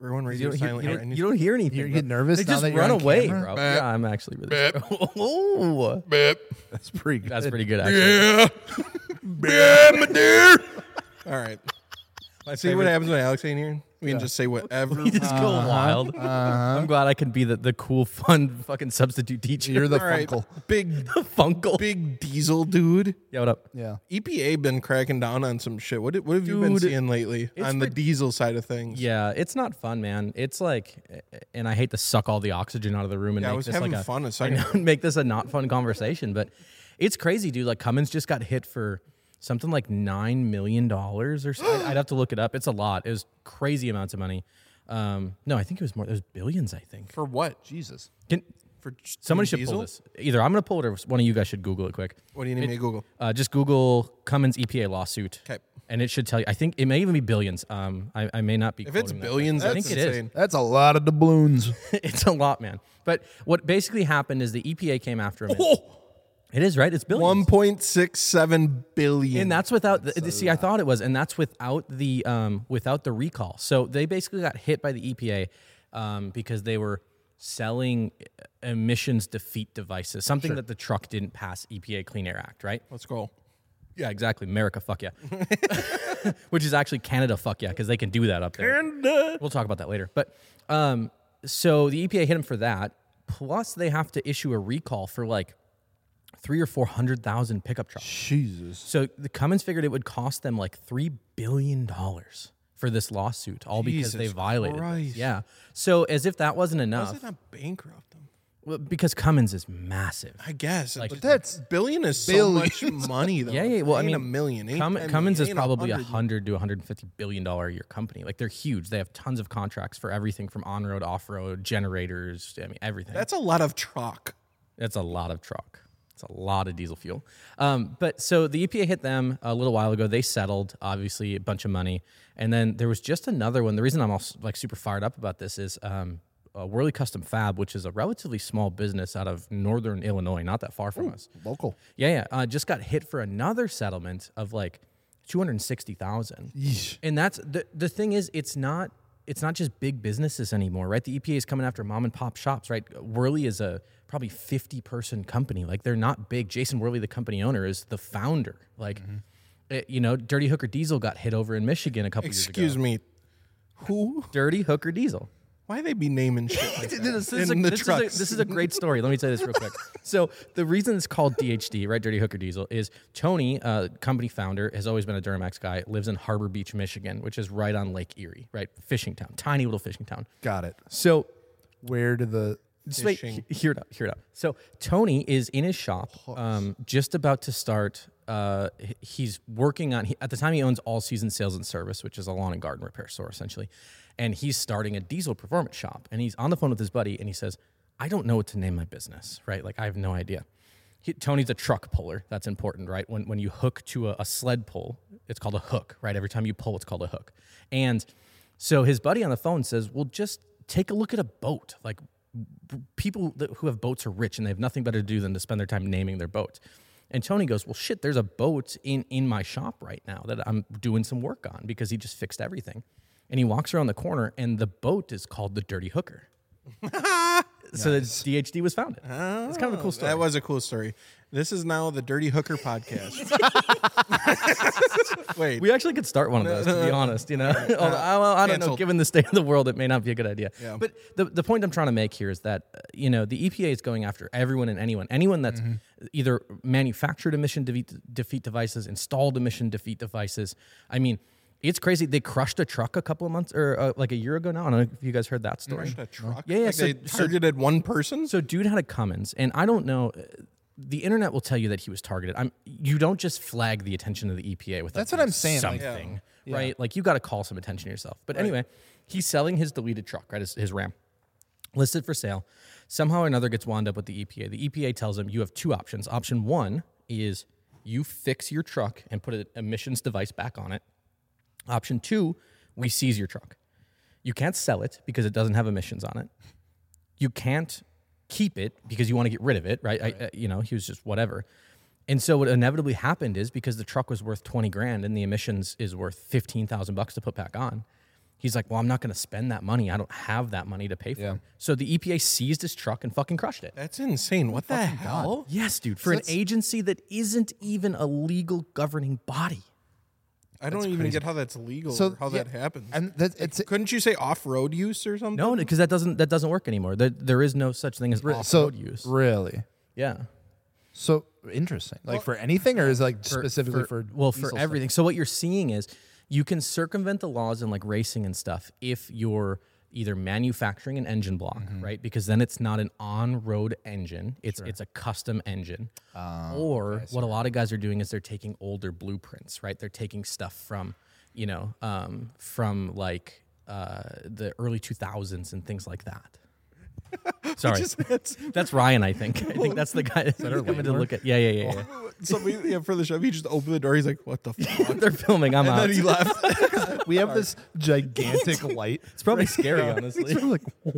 Speaker 1: We're going radio
Speaker 3: You don't, hear,
Speaker 1: silent.
Speaker 3: you
Speaker 1: here.
Speaker 3: don't-
Speaker 1: I need
Speaker 3: you don't hear anything.
Speaker 2: You
Speaker 3: bro.
Speaker 2: get nervous
Speaker 3: They
Speaker 2: now
Speaker 3: just
Speaker 2: that you're
Speaker 3: run
Speaker 2: on
Speaker 3: away,
Speaker 2: camera?
Speaker 3: bro. Yeah, I'm actually really. <laughs> Oh,
Speaker 2: That's pretty good.
Speaker 3: that's pretty good. Actually,
Speaker 1: All right.
Speaker 3: My
Speaker 1: See what
Speaker 3: favorite-
Speaker 1: happens when Alex ain't here? <laughs> We can just say whatever.
Speaker 3: <laughs> You just go wild. I'm glad I can be the, the cool, fun, fucking substitute teacher.
Speaker 2: You're
Speaker 3: <laughs>
Speaker 2: the
Speaker 1: All right.
Speaker 2: funkle.
Speaker 1: Big,
Speaker 3: Funkle.
Speaker 1: big diesel dude.
Speaker 3: Yeah, what up?
Speaker 2: Yeah.
Speaker 1: EPA E been cracking down on some shit. What, what have you been
Speaker 3: Dude,
Speaker 1: seeing lately on the
Speaker 3: rid-
Speaker 1: diesel side of things?
Speaker 3: Yeah, it's not fun, man. It's like, and I hate to suck all the oxygen out of the room and
Speaker 1: Yeah, I
Speaker 3: make
Speaker 1: was
Speaker 3: this
Speaker 1: having
Speaker 3: like a,
Speaker 1: fun a
Speaker 3: I
Speaker 1: second
Speaker 3: <laughs> know,
Speaker 1: ago.
Speaker 3: make this a not fun conversation, but it's crazy, dude. Like Cummins just got hit for something like nine million dollars or something. I'd have to look it up. It's a lot. It was crazy amounts of money. Um, no, I think it was more. It was billions. I think.
Speaker 1: For what?
Speaker 2: Jesus.
Speaker 3: Can,
Speaker 1: For just
Speaker 3: somebody should
Speaker 1: doing
Speaker 3: pull this. Either I'm gonna pull it or one of you guys should Google it quick.
Speaker 1: What do you need me to Google?
Speaker 3: Uh, just Google Cummins EPA lawsuit.
Speaker 1: 'Kay.
Speaker 3: And it should tell you. I think it may even be billions. Um, I, I may not be.
Speaker 1: If it's
Speaker 3: quoting that.
Speaker 1: billions,
Speaker 3: I
Speaker 1: that's
Speaker 3: think it is.
Speaker 1: insane.
Speaker 2: That's a lot of doubloons.
Speaker 3: <laughs> it's a lot, man. But what basically happened is the EPA came after him.
Speaker 1: Oh!
Speaker 3: and- It is right. It's billions,
Speaker 1: 1.67 billion.
Speaker 3: and that's without. The, see, I thought it was, and that's without the um, without the recall. So they basically got hit by the EPA um, because they were selling emissions defeat devices, something that the truck didn't pass EPA Clean Air Act, right?
Speaker 1: Let's go.
Speaker 3: Yeah, exactly. America, fuck yeah. <laughs> Which is actually Canada, fuck yeah, because they can do that up there. Canada. We'll talk about that later. But um, so the EPA hit them for that. Plus, they have to issue a recall for like three or four hundred thousand pickup trucks.
Speaker 2: Jesus.
Speaker 3: So the Cummins figured it would cost them like three billion dollars for this lawsuit, all because they
Speaker 1: Jesus
Speaker 3: violated. this.
Speaker 1: Christ.
Speaker 3: Yeah. So as if that wasn't enough,
Speaker 1: Does it not bankrupt them?
Speaker 3: well, because Cummins is massive.
Speaker 1: I guess.
Speaker 3: Like-
Speaker 1: but
Speaker 2: That's-
Speaker 1: billion is so much money though.
Speaker 3: <laughs> Yeah, yeah. Well, I
Speaker 1: Ain't
Speaker 3: mean,
Speaker 1: a million. Ain't
Speaker 3: Cum-
Speaker 1: 10
Speaker 3: Cummins is
Speaker 1: ain't
Speaker 3: probably a
Speaker 1: 100.
Speaker 3: hundred to 150 billion dollar a year company. Like they're huge. They have tons of contracts for everything from on road, off road, generators. I mean, everything. That's,
Speaker 1: That's a lot of truck.
Speaker 3: a lot of truck. It's a lot of diesel fuel. Um, but so the EPA hit them a little while ago. They settled, obviously, a bunch of money. And then there was just another one. The reason I'm all s- like super fired up about this is um, uh, Whirly Custom Fab, which is a relatively small business out of northern Illinois, not that far from us.
Speaker 2: Local.
Speaker 3: Yeah, yeah. Uh, just got hit for another settlement of like two hundred sixty thousand. And that's the the thing is, it's not it's not just big businesses anymore, right? The EPA is coming after mom and pop shops, right? Worley is a probably fifty person company. Like they're not big. Jason Worley, the company owner, is the founder. Like. it- you know, Dirty Hooker Diesel got hit over in Michigan a couple years ago.
Speaker 1: Excuse me. Who?
Speaker 3: Dirty Hooker Diesel.
Speaker 1: Why they be naming shit like
Speaker 3: Th-
Speaker 1: that
Speaker 3: th- <laughs> This is, a,
Speaker 1: in the
Speaker 3: this, is a,
Speaker 1: trucks?
Speaker 3: this is a great story. Let me tell you this real quick. So the reason it's called DHD, right, Dirty Hooker Diesel, is Tony, uh, company founder, has always been a Duramax guy. Lives in Harbor Beach, Michigan, which is right on Lake Erie, right, fishing town, tiny little fishing town.
Speaker 2: Got it.
Speaker 3: So
Speaker 2: Where did the
Speaker 3: just wait, he- hear it out, hear it out. So Tony is in his shop, um, just about to start. Uh, h- he's working on he, at the time he owns All Season Sales and Service, which is a lawn and garden repair store essentially, and he's starting a diesel performance shop. And he's on the phone with his buddy, and he says, "I don't know what to name my business. Right? Like I have no idea." He, Tony's a truck puller. That's important, right? When when you hook to a, a sled pull, it's called a hook, right? Every time you pull, it's called a hook. And so his buddy on the phone says, "Well, just take a look at a boat. Like b- people that, who have boats are rich and they have nothing better to do than to spend their time naming their boats." And Tony goes, "Well, shit, there's a boat in in my shop right now that I'm doing some work on because he just fixed everything." And he walks around the corner, and the boat is called the Dirty Hooker. So the DHD was founded. it's kind of a cool story.
Speaker 1: That was a cool story. This is now the Dirty Hooker
Speaker 3: <laughs>
Speaker 1: podcast. Wait,
Speaker 3: We actually could start one of those, to
Speaker 1: <laughs>
Speaker 3: be honest. You know, <laughs> Although, I, well, I don't know.
Speaker 1: Canceled.
Speaker 3: Given the state of the world, it may not be a good idea. But the, the point I'm trying to make here is that uh, you know the EPA is going after everyone and anyone, anyone that's
Speaker 1: Mm-hmm.
Speaker 3: either manufactured emission defeat, defeat devices, installed emission defeat devices. I mean, it's crazy. They crushed a truck a couple of months or uh, like a year ago now. I don't know if you guys heard that story.
Speaker 1: a truck?
Speaker 3: Yeah, yeah,
Speaker 1: Like
Speaker 3: so-
Speaker 1: they targeted one person.
Speaker 3: So dude had a Cummins, and I don't know. uh, The internet will tell you that he was targeted. I'm. You don't just flag the attention of the EPA with
Speaker 2: That's what I'm saying, like-
Speaker 3: Something, right? Like you got to call some attention to yourself. But anyway, he's selling his deleted truck, right? His, his Ram, listed for sale. Somehow or another, gets wound up with the EPA. The EPA tells him you have two options. Option one is you fix your truck and put an emissions device back on it. Option two, we seize your truck. You can't sell it because it doesn't have emissions on it. You can't keep it because you want to get rid of it, right? I, uh, you know, he was just whatever. And so what inevitably happened is because the truck was worth 20 grand and the emissions is worth 15,000 bucks to put back on. He's like, "Well, I'm not going to spend that money. I don't have that money to pay for it." So the EPA seized his truck and fucking crushed it.
Speaker 1: That's insane. What the hell?
Speaker 3: Yes, dude, for an agency that isn't even a legal governing body.
Speaker 1: I don't even get how that's legal
Speaker 2: So,
Speaker 1: or how
Speaker 2: yeah,
Speaker 1: that happens.
Speaker 2: and that, it's
Speaker 1: Couldn't you say off-road use or <laughs> something?
Speaker 3: No, because that doesn't that doesn't work anymore. There, there is no such thing as
Speaker 2: so
Speaker 3: off-road use.
Speaker 2: really
Speaker 3: yeah.
Speaker 2: so interesting. Like for anything, or is it like specifically for,
Speaker 3: well for
Speaker 2: diesel stuff?
Speaker 3: everything so what you're seeing is you can circumvent the laws in like racing and stuff if you're either manufacturing an engine block right because then it's not an on-road engine it's it's a custom engine or what a lot of guys are doing is they're taking older blueprints right they're taking stuff from you know um, from like uh, the early 2000s and things like that sorry <laughs> that's ryan i think i think that's the guy that <laughs> i'm going to look at yeah yeah yeah, yeah.
Speaker 1: <laughs> Somebody yeah, for the show, he just opened the door. He's like, "What
Speaker 3: <laughs>
Speaker 1: the fuck?"
Speaker 3: they're filming i'm out
Speaker 1: and he left.
Speaker 2: We have this <laughs> gigantic light.
Speaker 3: It's probably
Speaker 2: <laughs>
Speaker 3: scary, honestly.
Speaker 2: like,
Speaker 3: <laughs>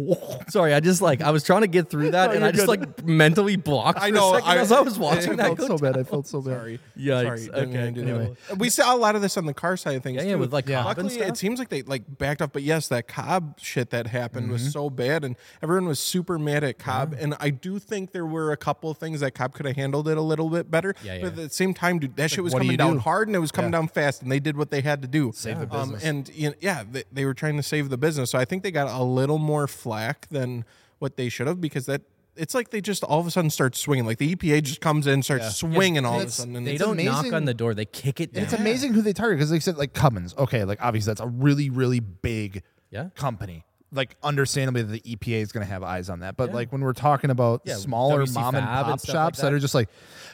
Speaker 3: Sorry, I just like I was trying to get through that, and I just like mentally blocked.
Speaker 1: I
Speaker 3: I
Speaker 1: know,
Speaker 3: know.
Speaker 1: I-
Speaker 3: as
Speaker 1: <laughs>
Speaker 3: I was
Speaker 1: I
Speaker 3: watching
Speaker 2: I
Speaker 3: that,
Speaker 2: felt so bad. I felt so bad.
Speaker 1: Sorry.
Speaker 3: Yikes.
Speaker 1: Sorry, didn't
Speaker 3: Okay,
Speaker 1: mean to do that.
Speaker 3: anyway.
Speaker 1: We saw a lot of this on the car side of things.
Speaker 3: Yeah, yeah,
Speaker 1: too.
Speaker 3: with, like, Yeah. Cobb and
Speaker 1: Luckily,
Speaker 3: stuff.
Speaker 1: it seems like they like backed off. But yes, that Cobb shit that happened
Speaker 3: Mm-hmm.
Speaker 1: was so bad, and everyone was super mad at Cobb. And I do think there were a couple of things that Cobb could have handled it a little bit better.
Speaker 3: Yeah, yeah.
Speaker 1: But at the same time, dude, that shit was
Speaker 2: what do
Speaker 1: coming
Speaker 2: you
Speaker 1: down
Speaker 2: do?
Speaker 1: hard, and it was coming down fast, and they did what they had to do.
Speaker 2: Save the business.
Speaker 1: Um, and you know, yeah, they, they were trying to save the business. So I think they got a little more flack than what they should have because that. It's like they just all of a sudden start swinging. Like the EPA just comes in, and starts swinging all of a
Speaker 2: It's-
Speaker 1: sudden. and
Speaker 3: they
Speaker 1: it's
Speaker 3: don't knock
Speaker 2: amazing.
Speaker 3: on the door; they kick it down.
Speaker 2: It's amazing who they target because they said like Cummins. Okay, like obviously that's a really really big
Speaker 3: Yeah.
Speaker 2: company. Like understandably the EPA is going to have eyes on that, but like when we're talking about smaller
Speaker 3: WC
Speaker 2: mom and
Speaker 3: Fab and
Speaker 2: pop
Speaker 3: stuff like
Speaker 2: shops that.
Speaker 3: that.
Speaker 2: are just like,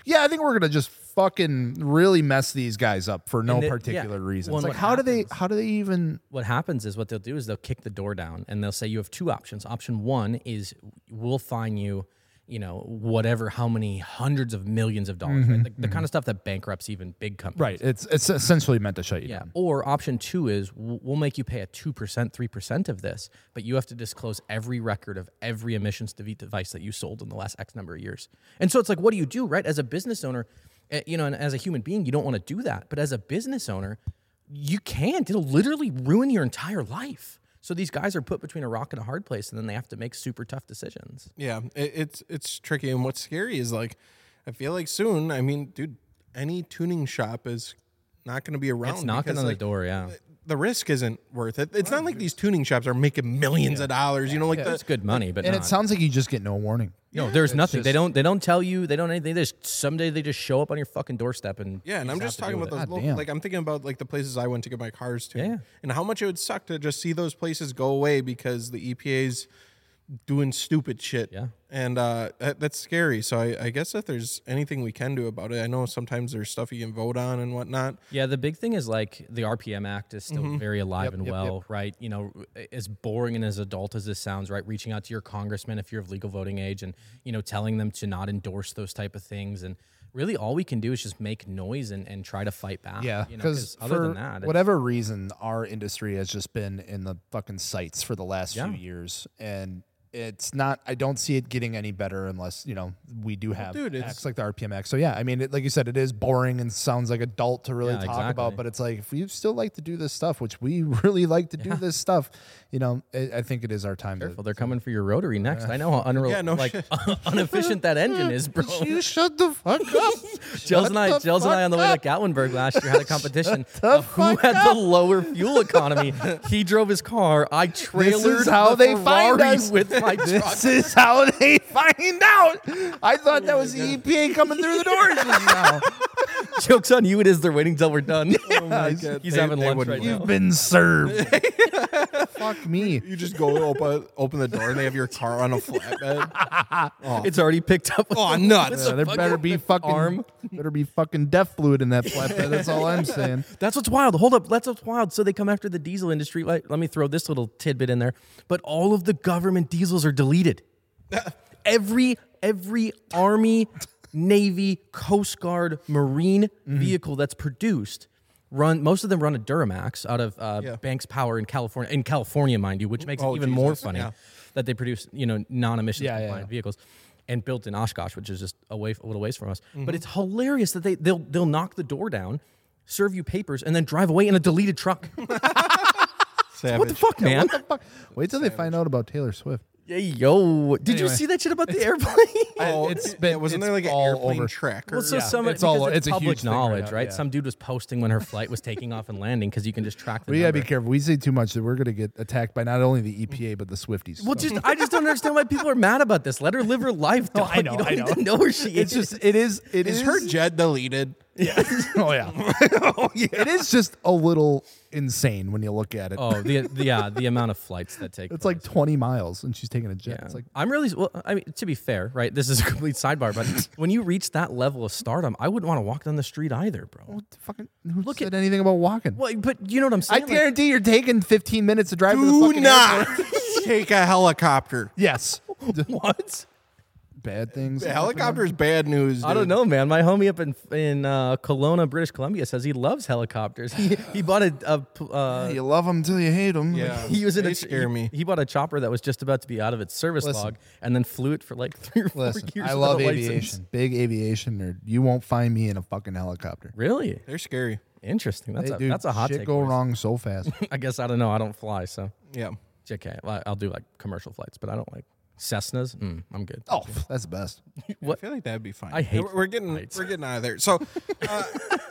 Speaker 2: yeah, I think we're going to just fucking really mess these guys up for no
Speaker 3: And it- yeah.
Speaker 2: particular reason.
Speaker 3: Well,
Speaker 2: It's
Speaker 3: and
Speaker 2: like
Speaker 3: what
Speaker 2: how do they how do they even
Speaker 3: what happens is what they'll do is they'll kick the door down and they'll say you have two options. Option one is we'll fine you, you know, whatever, how many hundreds of millions of dollars,
Speaker 1: Mm-hmm,
Speaker 3: right? The, the kind of stuff that bankrupts even big companies.
Speaker 2: Right, it's it's essentially meant to shut you
Speaker 3: Yeah.
Speaker 2: down.
Speaker 3: Or option two is w- we'll make you pay a 2%, 3% of this, but you have to disclose every record of every emissions defeat device that you sold in the last X number of years. And so it's like, what do you do, right? As a business owner, eh, you know, and as a human being, you don't want to do that. But as a business owner, you can't. It'll literally ruin your entire life. So these guys are put between a rock and a hard place, and then they have to make super tough decisions.
Speaker 1: Yeah, it, it's it's tricky. And what's scary is like, I feel like soon. I mean, dude, any tuning shop is not going to be around.
Speaker 3: It's knocking
Speaker 1: because,
Speaker 3: on
Speaker 1: like,
Speaker 3: the door, yeah.
Speaker 1: the risk isn't worth it. It's not like these tuning shops are making millions of dollars. You know, like
Speaker 3: It's
Speaker 1: the,
Speaker 3: good money, but
Speaker 2: And
Speaker 3: not.
Speaker 2: it sounds like you just get no warning.
Speaker 3: no, there's nothing. they don't. They don't tell you. They don't anything. They just someday they just show up on your fucking doorstep and
Speaker 1: yeah. And I'm just talking about those
Speaker 2: God
Speaker 1: local,
Speaker 2: damn.
Speaker 1: like I'm thinking about like the places I went to get my cars to,
Speaker 3: Yeah.
Speaker 1: and how much it would suck to just see those places go away because the EPA's doing stupid shit.
Speaker 3: Yeah.
Speaker 1: And uh, that, that's scary. So I, I guess if there's anything we can do about it, I know sometimes there's stuff you can vote on and whatnot.
Speaker 3: Yeah, the big thing is like the RPM Act is still
Speaker 1: Mm-hmm.
Speaker 3: very alive and well, right? You know, as boring and as adult as this sounds, right? Reaching out to your congressman if you're of legal voting age and, you know, telling them to not endorse those type of things. And really all we can do is just make noise and, and try to fight back.
Speaker 2: Yeah,
Speaker 3: you know,
Speaker 2: because
Speaker 3: other
Speaker 2: for
Speaker 3: than that, it's-
Speaker 2: whatever reason, our industry has just been in the fucking sights for the last
Speaker 3: Yeah.
Speaker 2: few years, and it's not. I don't see it getting any better unless you know we do have
Speaker 1: dude, it's-
Speaker 2: acts like the RPMX. So yeah, I mean, it, like you said, it is boring and sounds like adult to really
Speaker 3: Yeah,
Speaker 2: talk about,
Speaker 3: exactly.
Speaker 2: but it's like if we still like to do this stuff, which we <laughs> really like to do this stuff, you know, I, I think it is our time
Speaker 3: Well, they're coming for your rotary next. I know how unreal,
Speaker 1: Yeah, no
Speaker 3: like <laughs>
Speaker 1: shit.
Speaker 3: inefficient that engine is, bro.
Speaker 2: to. <laughs> You shut the fuck
Speaker 3: <laughs>
Speaker 2: up.
Speaker 3: Jels
Speaker 2: Shut
Speaker 3: and I,
Speaker 2: the
Speaker 3: Jels and I, on the way
Speaker 2: fuck
Speaker 3: to Gatlinburg last year
Speaker 2: <laughs>
Speaker 3: had a competition
Speaker 2: the
Speaker 3: of who
Speaker 2: fuck
Speaker 3: had the lower
Speaker 2: <laughs>
Speaker 3: fuel economy. he drove his car. I trailered
Speaker 2: how
Speaker 3: the
Speaker 2: they
Speaker 3: Ferrari
Speaker 2: find us.
Speaker 3: with
Speaker 2: <laughs>
Speaker 3: my truck.
Speaker 2: This is how they find out. I thought that was the EPA coming through the doors just now.
Speaker 3: Jokes on you! It is. They're waiting till
Speaker 2: <laughs>
Speaker 3: we're done.
Speaker 1: Oh my God.
Speaker 3: He's having lunch right now.
Speaker 2: You've been served. Fuck me.
Speaker 1: You just go open open the door and they have your car on a flatbed.
Speaker 3: It's already picked up.
Speaker 1: <laughs> Oh, nuts.
Speaker 2: Yeah, there better be fucking
Speaker 3: arm.
Speaker 2: Better be fucking death fluid in that flatbed. That's all I'm saying.
Speaker 3: That's what's wild. Hold up. That's what's wild. So they come after the diesel industry. Let, let me throw this little tidbit in there. But all of the government diesels
Speaker 1: <laughs>
Speaker 3: are deleted. every every army, navy, coast guard, marine
Speaker 1: Mm-hmm.
Speaker 3: vehicle that's produced run. Most of them run a Duramax out of uh,
Speaker 1: Yeah.
Speaker 3: Banks Power in California. In California, mind you, which makes
Speaker 1: Oh,
Speaker 3: it even more
Speaker 1: Jesus.
Speaker 3: funny
Speaker 1: Yeah.
Speaker 3: that they produce you know non-emission
Speaker 2: Yeah, yeah,
Speaker 3: compliant
Speaker 2: yeah.
Speaker 3: vehicles. And built in Oshkosh, which is just away a little ways from us,
Speaker 2: Mm-hmm.
Speaker 3: but it's hilarious that they they'll they'll knock the door down, serve you papers, and then drive away in a deleted truck. <laughs> what the fuck, man?
Speaker 2: Fuck. Wait till they find out about Taylor Swift.
Speaker 3: Yeah, yo, did you
Speaker 2: Anyway.
Speaker 3: see that shit about
Speaker 2: <laughs>
Speaker 3: the airplane?
Speaker 1: Oh,
Speaker 2: It's
Speaker 1: it-
Speaker 2: been-
Speaker 1: yeah, wasn't
Speaker 2: it's
Speaker 1: there like an
Speaker 2: all
Speaker 1: airplane
Speaker 2: over.
Speaker 1: tracker?
Speaker 3: Well, so some
Speaker 2: it's
Speaker 3: it's
Speaker 2: all-
Speaker 3: all it's,
Speaker 2: it's a huge
Speaker 3: public
Speaker 2: thing right
Speaker 3: knowledge,
Speaker 2: now,
Speaker 3: right?
Speaker 2: yeah.
Speaker 3: Some dude was posting when her flight was taking off and landing because you can just track the.
Speaker 2: We gotta be
Speaker 3: number.
Speaker 2: careful. We say too much that we're gonna get attacked by not only the EPA but the Swifties. <laughs>
Speaker 3: Well, just I just don't understand why people are mad about this. Let her live her life. Dog.
Speaker 2: Oh, I know,
Speaker 3: You don't
Speaker 2: I
Speaker 3: need
Speaker 2: know.
Speaker 3: to know where she
Speaker 2: it's
Speaker 3: is.
Speaker 2: just it is it
Speaker 1: Is her jet deleted?
Speaker 2: <laughs> oh yeah. It is just a little insane when you look at it.
Speaker 3: oh, the, the yeah, the amount of flights that take.
Speaker 2: It's like 20 miles and she's taking a jet. It's like
Speaker 3: I'm really well. I mean, to be fair, right? This is a complete
Speaker 2: <laughs>
Speaker 3: sidebar, but when you reach that level of stardom, I wouldn't want to walk down the street either, bro.
Speaker 2: what the fucking who said anything about walking?
Speaker 3: Well, but you know what I'm
Speaker 2: I
Speaker 3: saying? <laughs> Like,
Speaker 2: guarantee you're taking 15 minutes to drive to the
Speaker 1: Do
Speaker 2: fucking
Speaker 1: not
Speaker 2: airport.
Speaker 1: <laughs> take a helicopter.
Speaker 2: Yes. <laughs>
Speaker 3: what?
Speaker 2: Bad things.
Speaker 1: The helicopter's bad news.
Speaker 3: I don't
Speaker 1: dude.
Speaker 3: know, man. My homie up in in uh, Kelowna, British Columbia, says he loves helicopters. He he bought a, a p-
Speaker 2: <laughs>
Speaker 3: uh,
Speaker 2: You love them till you hate them. <laughs>
Speaker 1: Yeah,
Speaker 3: he was in
Speaker 1: they
Speaker 3: a
Speaker 1: scare
Speaker 3: he,
Speaker 1: me.
Speaker 3: He bought a chopper that was just about to be out of its service
Speaker 2: Listen.
Speaker 3: log, and then flew it for like three or four
Speaker 2: Listen,
Speaker 3: years.
Speaker 2: I
Speaker 3: without
Speaker 2: love
Speaker 3: a license.
Speaker 2: aviation. Big aviation nerd. You won't find me in a fucking helicopter.
Speaker 3: Really
Speaker 1: They're scary.
Speaker 3: interesting. That's
Speaker 2: Hey,
Speaker 3: a
Speaker 2: dude,
Speaker 3: that's a hot
Speaker 2: shit
Speaker 3: take.
Speaker 2: go
Speaker 3: boys.
Speaker 2: wrong so
Speaker 3: <laughs>
Speaker 2: fast.
Speaker 3: I guess I don't know. I don't fly, so
Speaker 1: Yeah.
Speaker 3: it's okay. Well, I'll do like commercial flights, but I don't like Cessnas. Mm, I'm good.
Speaker 2: oh, that's the
Speaker 3: <laughs>
Speaker 2: best.
Speaker 1: I feel like that'd be fine.
Speaker 3: I hate
Speaker 1: We're, we're getting
Speaker 3: heights.
Speaker 1: we're getting out of there. So
Speaker 3: <laughs>
Speaker 1: uh,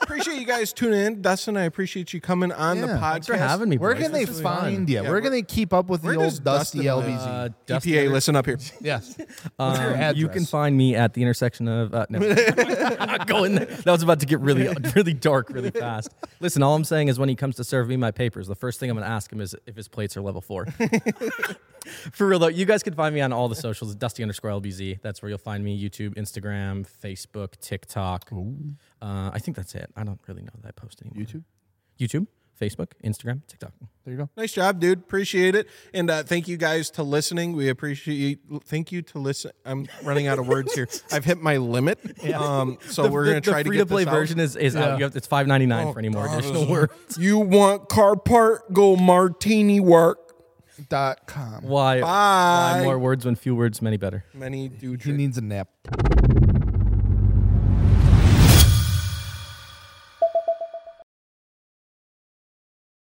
Speaker 1: appreciate you guys tuning in, Dustin. I appreciate you coming on the
Speaker 2: Yeah.
Speaker 1: podcast. E
Speaker 3: Thanks for having me.
Speaker 2: Where
Speaker 3: boys.
Speaker 2: can
Speaker 3: This
Speaker 2: they
Speaker 3: was fun.
Speaker 2: find you?
Speaker 1: Yeah,
Speaker 2: where
Speaker 1: where-
Speaker 2: can they keep up with
Speaker 1: where
Speaker 2: the
Speaker 1: does
Speaker 2: old dusty
Speaker 1: Dustin live?
Speaker 2: LBZ?
Speaker 3: Uh, Dustin
Speaker 1: EPA, listen
Speaker 3: <laughs>
Speaker 1: up here.
Speaker 2: yes.
Speaker 3: Um, you can
Speaker 2: address?
Speaker 3: find me at the intersection
Speaker 2: <laughs>
Speaker 3: of. Uh, no, I'm not going there. That was about to get really, really dark, really fast. Listen, all I'm saying is when he comes to serve me my papers, the first thing I'm going to ask him is if his plates are level
Speaker 2: <laughs>
Speaker 3: four. For real though, you guys can find me on all the socials, Dusty underscore LBZ. That's where you'll find me: YouTube, Instagram, Facebook, TikTok. Uh, I think that's it. I don't really know that I post anymore.
Speaker 2: YouTube?
Speaker 3: YouTube, Facebook, Instagram, TikTok.
Speaker 2: There you go.
Speaker 1: Nice job, dude. Appreciate it, and uh, thank you guys to listening. We appreciate. Thank you to listen. I'm running out of words
Speaker 3: <laughs>
Speaker 1: here. I've hit my limit. Um, so we're gonna
Speaker 3: the,
Speaker 1: try to
Speaker 3: free
Speaker 1: get
Speaker 3: to play
Speaker 1: this out.
Speaker 3: version is is out. You have, it's five ninety nine
Speaker 2: Oh,
Speaker 3: for any more
Speaker 1: God,
Speaker 3: additional
Speaker 1: this is-
Speaker 3: words.
Speaker 1: You want car part? Go martini work.
Speaker 2: Dot com.
Speaker 3: Why, why
Speaker 1: Bye.
Speaker 3: more words when few words, many better.
Speaker 1: Many do
Speaker 2: He needs a nap.